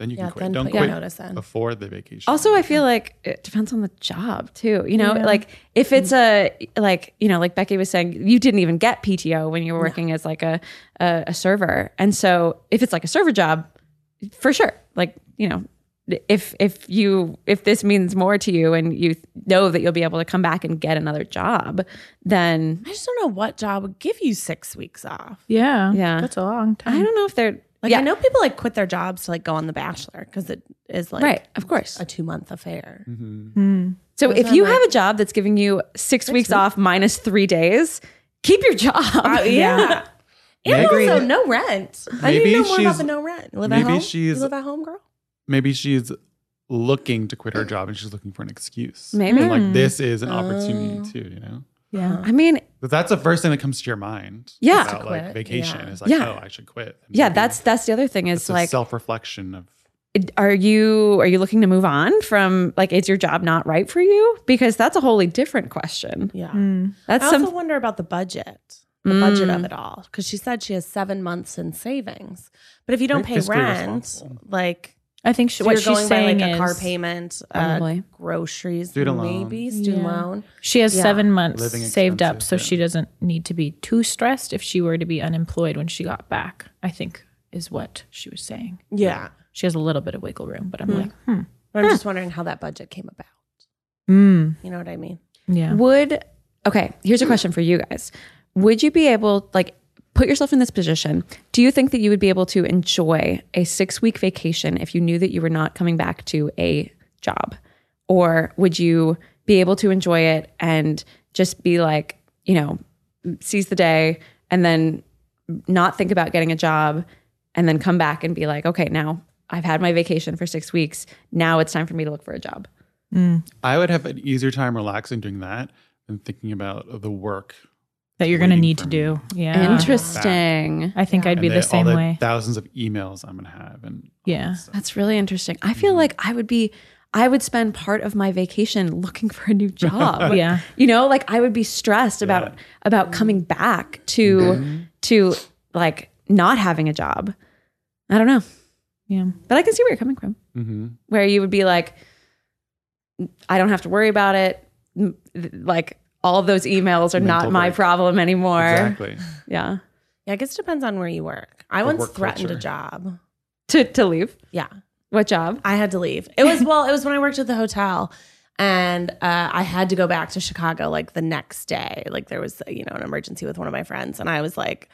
[SPEAKER 4] then you
[SPEAKER 5] yeah.
[SPEAKER 4] can quit.
[SPEAKER 5] Then
[SPEAKER 4] Don't
[SPEAKER 5] put your
[SPEAKER 4] quit
[SPEAKER 5] notice in.
[SPEAKER 4] before the vacation.
[SPEAKER 3] Also, I feel like it depends on the job too. You know, like if it's a
[SPEAKER 5] Mm-hmm.
[SPEAKER 3] like you know, like Becky was saying, you didn't even get PTO when you were working as like a, a a server, and so if it's like a server job, for sure, like you know, if if you if this means more to you and you know that you'll be able to come back and get another job, then
[SPEAKER 5] I just don't know what job would give you six weeks off.
[SPEAKER 2] yeah.
[SPEAKER 3] Yeah.
[SPEAKER 2] That's a long time.
[SPEAKER 3] I don't know if they're
[SPEAKER 5] Like
[SPEAKER 3] yeah,
[SPEAKER 5] I know people like quit their jobs to like go on The Bachelor because it is like
[SPEAKER 3] right, of course.
[SPEAKER 5] a two month affair.
[SPEAKER 4] Mm-hmm.
[SPEAKER 2] Hmm.
[SPEAKER 3] So if you have a job that's giving you six weeks off minus three days, keep your job.
[SPEAKER 5] Uh, yeah. And
[SPEAKER 4] Maybe-
[SPEAKER 5] also no rent. I need to
[SPEAKER 4] maybe
[SPEAKER 5] know more about
[SPEAKER 4] she's-
[SPEAKER 5] the no rent. You live at
[SPEAKER 4] maybe
[SPEAKER 5] home.
[SPEAKER 4] she's-
[SPEAKER 5] you live at home, girl.
[SPEAKER 4] maybe she's looking to quit her job and she's looking for an excuse. And
[SPEAKER 3] Maybe.
[SPEAKER 5] Mm-hmm.
[SPEAKER 4] like this is an
[SPEAKER 5] Oh.
[SPEAKER 4] opportunity too, you know?
[SPEAKER 2] Yeah.
[SPEAKER 3] I mean,
[SPEAKER 4] But that's the first thing that comes to your mind.
[SPEAKER 3] Yeah.
[SPEAKER 4] About
[SPEAKER 5] To
[SPEAKER 4] like
[SPEAKER 5] quit,
[SPEAKER 4] vacation.
[SPEAKER 5] yeah.
[SPEAKER 4] It's like,
[SPEAKER 3] Yeah.
[SPEAKER 4] oh, I should quit. And
[SPEAKER 3] yeah,
[SPEAKER 4] maybe
[SPEAKER 3] that's that's the other thing is
[SPEAKER 4] it's
[SPEAKER 3] like,
[SPEAKER 4] self reflection of
[SPEAKER 3] are you are you looking to move on from like is your job not right for you? Because that's a wholly different question.
[SPEAKER 5] Yeah.
[SPEAKER 2] Mm.
[SPEAKER 3] That's
[SPEAKER 5] I also
[SPEAKER 3] some
[SPEAKER 5] wonder about the budget. the budget of it all because she said she has seven months in savings. But if you don't
[SPEAKER 4] Very
[SPEAKER 5] pay
[SPEAKER 4] fiscally
[SPEAKER 5] rent,
[SPEAKER 4] responsible.
[SPEAKER 5] like
[SPEAKER 2] I think she,
[SPEAKER 5] so
[SPEAKER 2] what
[SPEAKER 5] you're
[SPEAKER 2] she's
[SPEAKER 5] going by
[SPEAKER 2] saying
[SPEAKER 5] like
[SPEAKER 2] is
[SPEAKER 5] a car payment, uh,
[SPEAKER 7] Probably.
[SPEAKER 5] groceries,
[SPEAKER 4] Student loan.
[SPEAKER 5] maybe student
[SPEAKER 7] Yeah.
[SPEAKER 5] loan.
[SPEAKER 2] she has
[SPEAKER 5] Yeah.
[SPEAKER 2] seven months
[SPEAKER 4] Living
[SPEAKER 2] saved up, so
[SPEAKER 4] expenses, yeah.
[SPEAKER 2] she doesn't need to be too stressed if she were to be unemployed when she got back. I think is what she was saying.
[SPEAKER 5] Yeah,
[SPEAKER 2] She has a little bit of wiggle room, but I'm like,
[SPEAKER 5] But I'm just wondering how that budget came about.
[SPEAKER 2] mm,
[SPEAKER 5] You know what I mean?
[SPEAKER 2] yeah.
[SPEAKER 3] Would okay, here's a question for you guys. Would you be able like put yourself in this position? Do you think that you would be able to enjoy a 6-week vacation if you knew that you were not coming back to a job? Or would you be able to enjoy it and just be like, you know, seize the day and then not think about getting a job and then come back and be like, okay, now I've had my vacation for 6 weeks. Now it's time for me to look for a job.
[SPEAKER 4] I would have an easier time relaxing doing that than thinking about the work.
[SPEAKER 2] That you're gonna
[SPEAKER 4] Waiting
[SPEAKER 2] need
[SPEAKER 4] for
[SPEAKER 2] to
[SPEAKER 4] me.
[SPEAKER 2] do. Yeah.
[SPEAKER 3] Interesting.
[SPEAKER 2] I think I'd
[SPEAKER 4] and
[SPEAKER 2] be the same
[SPEAKER 4] all
[SPEAKER 2] way.
[SPEAKER 4] Thousands of emails I'm gonna have, and
[SPEAKER 2] Yeah.
[SPEAKER 3] That's really interesting. I
[SPEAKER 4] Mm.
[SPEAKER 3] feel like I would be I would spend part of my vacation looking for a new job.
[SPEAKER 2] Yeah.
[SPEAKER 3] You know, like I would be stressed about about coming back to
[SPEAKER 4] Mm-hmm.
[SPEAKER 3] to like not having a job. I don't know.
[SPEAKER 2] Yeah.
[SPEAKER 3] But I can see where you're coming from.
[SPEAKER 4] hmm
[SPEAKER 3] Where you would be like I don't have to worry about it. M- th- Like all of those emails are not
[SPEAKER 4] Mental
[SPEAKER 3] my
[SPEAKER 4] break.
[SPEAKER 3] problem anymore.
[SPEAKER 4] exactly.
[SPEAKER 3] Yeah.
[SPEAKER 5] Yeah, I guess it depends on where you work. I once
[SPEAKER 4] work
[SPEAKER 5] threatened
[SPEAKER 4] culture.
[SPEAKER 5] a job.
[SPEAKER 3] To to leave.
[SPEAKER 5] Yeah,
[SPEAKER 3] What job?
[SPEAKER 5] I had to leave. It was well, it was when I worked at the hotel and uh, I had to go back to Chicago like the next day. Like there was, you know, an emergency with one of my friends and I was like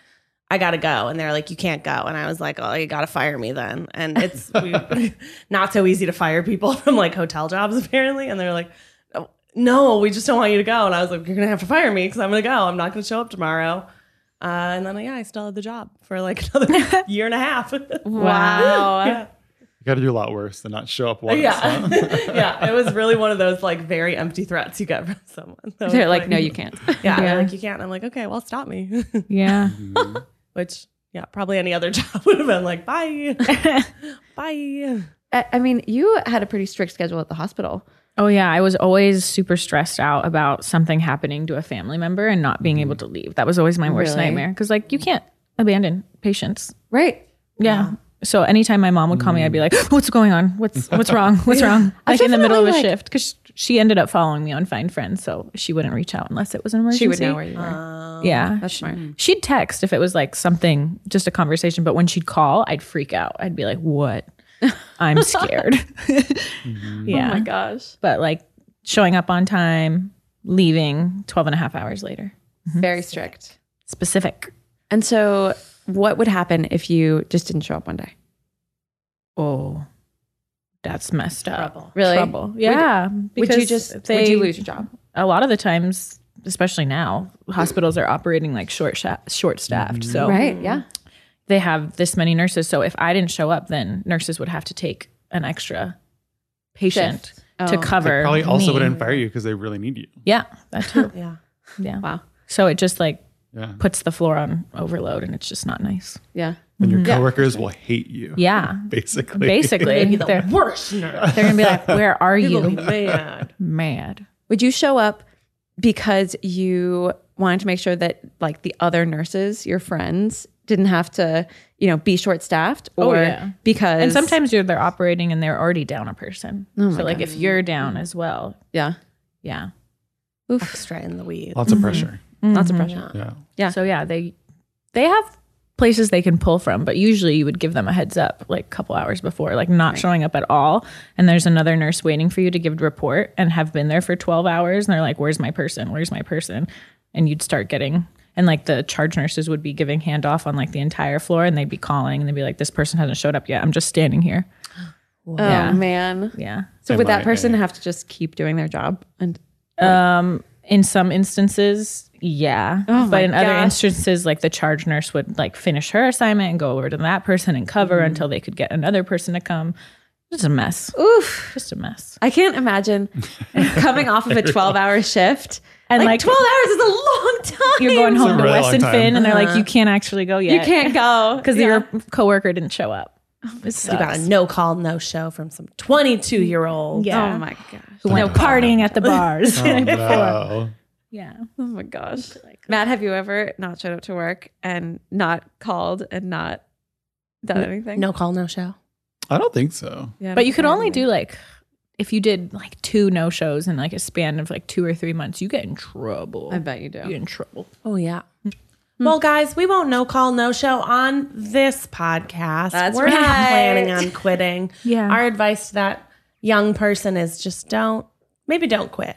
[SPEAKER 5] I gotta go, and they're like, "You can't go," and I was like, "Oh, you gotta fire me then." And it's we, not so easy to fire people from like hotel jobs apparently. And they're like, "Oh, "No, we just don't want you to go." And I was like, "You're gonna have to fire me because I'm gonna go. I'm not gonna show up tomorrow." Uh, and then yeah, I still had the job for like another year and a half.
[SPEAKER 3] Wow.
[SPEAKER 4] You got to do a lot worse than not show up once.
[SPEAKER 5] Yeah.
[SPEAKER 4] huh?
[SPEAKER 5] yeah. It was really one of those like very empty threats you get from someone. So
[SPEAKER 3] They're
[SPEAKER 5] it's
[SPEAKER 3] like, no, you can't.
[SPEAKER 5] Yeah.
[SPEAKER 2] Yeah.
[SPEAKER 5] They're like, you can't. I'm like, okay, well, stop me.
[SPEAKER 2] Yeah.
[SPEAKER 3] Mm-hmm.
[SPEAKER 5] Which, yeah, probably any other job would have been like, bye. bye.
[SPEAKER 3] I I mean, you had a pretty strict schedule at the hospital.
[SPEAKER 2] Oh yeah, I was always super stressed out about something happening to a family member and not being able to leave. That was always my worst
[SPEAKER 3] Mm-hmm. Really?
[SPEAKER 2] nightmare because like you can't abandon patients.
[SPEAKER 3] Right.
[SPEAKER 2] Yeah. So anytime my mom would call me, I'd be
[SPEAKER 3] Mm-hmm.
[SPEAKER 2] like, "What's going on? What's what's wrong? What's wrong?" Like in the middle of a
[SPEAKER 3] definitely, like-
[SPEAKER 2] shift because she ended up following me on Find Friends, so she wouldn't reach out unless it was an emergency.
[SPEAKER 3] She would know where you were. Oh.
[SPEAKER 2] Yeah,
[SPEAKER 3] That's smart.
[SPEAKER 2] she'd text if it was like something, just a conversation. But when she'd call, I'd freak out. I'd be like, "What? I'm scared." Yeah.
[SPEAKER 3] Oh my gosh.
[SPEAKER 2] but like showing up on time, leaving 12 and a half hours later.
[SPEAKER 3] Very strict.
[SPEAKER 2] Specific.
[SPEAKER 3] And so, what would happen if you just didn't show up one day?
[SPEAKER 2] Oh, that's messed up.
[SPEAKER 3] Really?
[SPEAKER 2] Trouble. Yeah.
[SPEAKER 3] Would you
[SPEAKER 2] because
[SPEAKER 3] just
[SPEAKER 2] they-
[SPEAKER 3] would you lose your job?
[SPEAKER 2] A lot of the times, especially now, hospitals are operating like short sha- short staffed. So
[SPEAKER 3] Right. Yeah.
[SPEAKER 2] they have this many nurses. So if I didn't show up, then nurses would have to take an extra patient to
[SPEAKER 3] Oh.
[SPEAKER 4] They
[SPEAKER 2] cover.
[SPEAKER 4] probably also
[SPEAKER 2] me.
[SPEAKER 4] wouldn't fire you because they really need you.
[SPEAKER 2] Yeah, that too.
[SPEAKER 5] Yeah.
[SPEAKER 2] yeah.
[SPEAKER 3] Wow.
[SPEAKER 2] So it just like
[SPEAKER 4] Yeah.
[SPEAKER 2] puts the floor on overload, and it's just not nice.
[SPEAKER 3] Yeah.
[SPEAKER 4] And your coworkers will hate you.
[SPEAKER 2] Mm-hmm. Yeah.
[SPEAKER 4] Basically.
[SPEAKER 2] Basically, they're,
[SPEAKER 5] Worse nurse.
[SPEAKER 2] they're gonna be like, "Where are
[SPEAKER 5] People
[SPEAKER 2] you?"
[SPEAKER 5] be mad.
[SPEAKER 2] Mad.
[SPEAKER 3] Would you show up because you wanted to make sure that like the other nurses, your friends, didn't have to, you know, be short staffed,
[SPEAKER 2] Oh,
[SPEAKER 3] or
[SPEAKER 2] yeah.
[SPEAKER 3] because
[SPEAKER 2] And sometimes you're they're operating and they're already down a person.
[SPEAKER 3] Oh
[SPEAKER 2] so like if you're down as well,
[SPEAKER 3] yeah, Mm-hmm.
[SPEAKER 2] yeah.
[SPEAKER 5] Extra in the weeds.
[SPEAKER 4] Lots
[SPEAKER 2] Mm-hmm.
[SPEAKER 4] of pressure.
[SPEAKER 3] lots of pressure.
[SPEAKER 4] Yeah.
[SPEAKER 3] Yeah.
[SPEAKER 2] So yeah, they they have places they can pull from, but usually you would give them a heads up like a couple hours before, like not showing up at all. And there's another nurse waiting for you to give a report and have been there for 12 hours. And they're like, where's my person? Where's my person? And you'd start getting, and like the charge nurses would be giving handoff on like the entire floor and they'd be calling and they'd be like, this person hasn't showed up yet. I'm just standing here.
[SPEAKER 3] Oh man.
[SPEAKER 2] Yeah.
[SPEAKER 3] So would that
[SPEAKER 4] MIA.
[SPEAKER 3] person have to just keep doing their job? And
[SPEAKER 2] in some instances yeah but in other
[SPEAKER 3] Oh gosh.
[SPEAKER 2] instances like the charge nurse would like finish her assignment and go over to that person and cover
[SPEAKER 3] Mm-hmm.
[SPEAKER 2] until they could get another person to come just a mess
[SPEAKER 3] oof,
[SPEAKER 2] just a mess
[SPEAKER 3] I can't imagine coming off of a twelve-hour shift.
[SPEAKER 2] and
[SPEAKER 3] like, 12 hours is a long time.
[SPEAKER 2] you're going home
[SPEAKER 4] It's
[SPEAKER 2] to
[SPEAKER 4] a really
[SPEAKER 2] weston
[SPEAKER 4] long time.
[SPEAKER 2] finn and they're like you can't actually go yet
[SPEAKER 3] Uh-huh. You can't go
[SPEAKER 2] because
[SPEAKER 3] Yeah. Oh,
[SPEAKER 2] your coworker didn't show up it
[SPEAKER 5] You got
[SPEAKER 2] sucks.
[SPEAKER 5] a no call, no show from some 22 year old.
[SPEAKER 2] yeah
[SPEAKER 3] Oh my gosh.
[SPEAKER 2] who went partying at the bars
[SPEAKER 4] Oh, no.
[SPEAKER 2] yeah
[SPEAKER 3] Oh my gosh.
[SPEAKER 2] like
[SPEAKER 3] Matt, have you ever not showed up to work and not called and not done anything?
[SPEAKER 5] No call, no show.
[SPEAKER 4] I don't think so.
[SPEAKER 3] Yeah, I
[SPEAKER 2] But
[SPEAKER 3] don't
[SPEAKER 2] you could
[SPEAKER 3] think I
[SPEAKER 2] only
[SPEAKER 3] have.
[SPEAKER 2] do like if you did like two no shows in like a span of like two or three months, you get in trouble.
[SPEAKER 3] I bet you do.
[SPEAKER 2] you get in trouble.
[SPEAKER 5] Oh yeah.
[SPEAKER 2] Hmm.
[SPEAKER 5] Well, guys, we won't no call, no show on this podcast.
[SPEAKER 3] That's
[SPEAKER 5] We're not
[SPEAKER 3] right.
[SPEAKER 5] planning on quitting.
[SPEAKER 2] Yeah.
[SPEAKER 5] Our advice to that young person is just don't, maybe don't quit.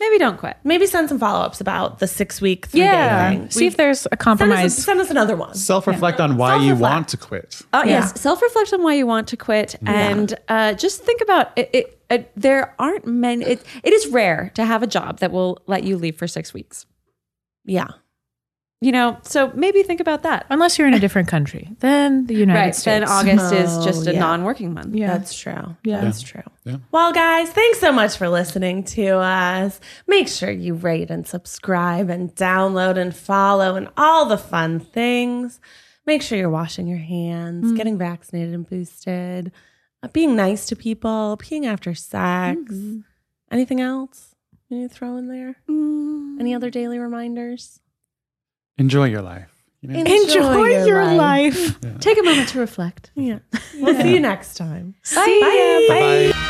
[SPEAKER 3] Maybe don't quit.
[SPEAKER 5] Maybe send some follow ups about the six week three day thing.
[SPEAKER 2] See if there's a
[SPEAKER 5] Send us,
[SPEAKER 2] compromise.
[SPEAKER 5] send us another one.
[SPEAKER 4] Self reflect on why you want to quit.
[SPEAKER 3] Oh, yes. Self reflect on why you want to quit and uh, just think about it. it, it there aren't many, it, it is rare to have a job that will let you leave for six weeks.
[SPEAKER 5] yeah.
[SPEAKER 3] You know, so maybe think about that.
[SPEAKER 2] Unless you're in a different country, then the United
[SPEAKER 3] right.
[SPEAKER 2] States.
[SPEAKER 3] Then August is
[SPEAKER 5] Oh,
[SPEAKER 3] just a
[SPEAKER 5] yeah.
[SPEAKER 3] non working month.
[SPEAKER 2] Yeah.
[SPEAKER 5] That's true.
[SPEAKER 2] Yeah.
[SPEAKER 5] That's true.
[SPEAKER 4] Yeah.
[SPEAKER 5] Well, guys, thanks so much for listening to us. Make sure you rate and subscribe and download and follow and all the fun things. Make sure you're washing your hands,
[SPEAKER 3] Mm.
[SPEAKER 5] getting vaccinated and boosted, uh, being nice to people, peeing after sex.
[SPEAKER 3] Mm-hmm.
[SPEAKER 5] Anything else you need to throw in there?
[SPEAKER 3] Mm.
[SPEAKER 5] Any other daily reminders?
[SPEAKER 4] Enjoy your life. You know?
[SPEAKER 2] Enjoy your, life.
[SPEAKER 3] Take a moment to reflect.
[SPEAKER 5] Yeah. We'll see you next time.
[SPEAKER 3] Bye.
[SPEAKER 4] Bye-bye.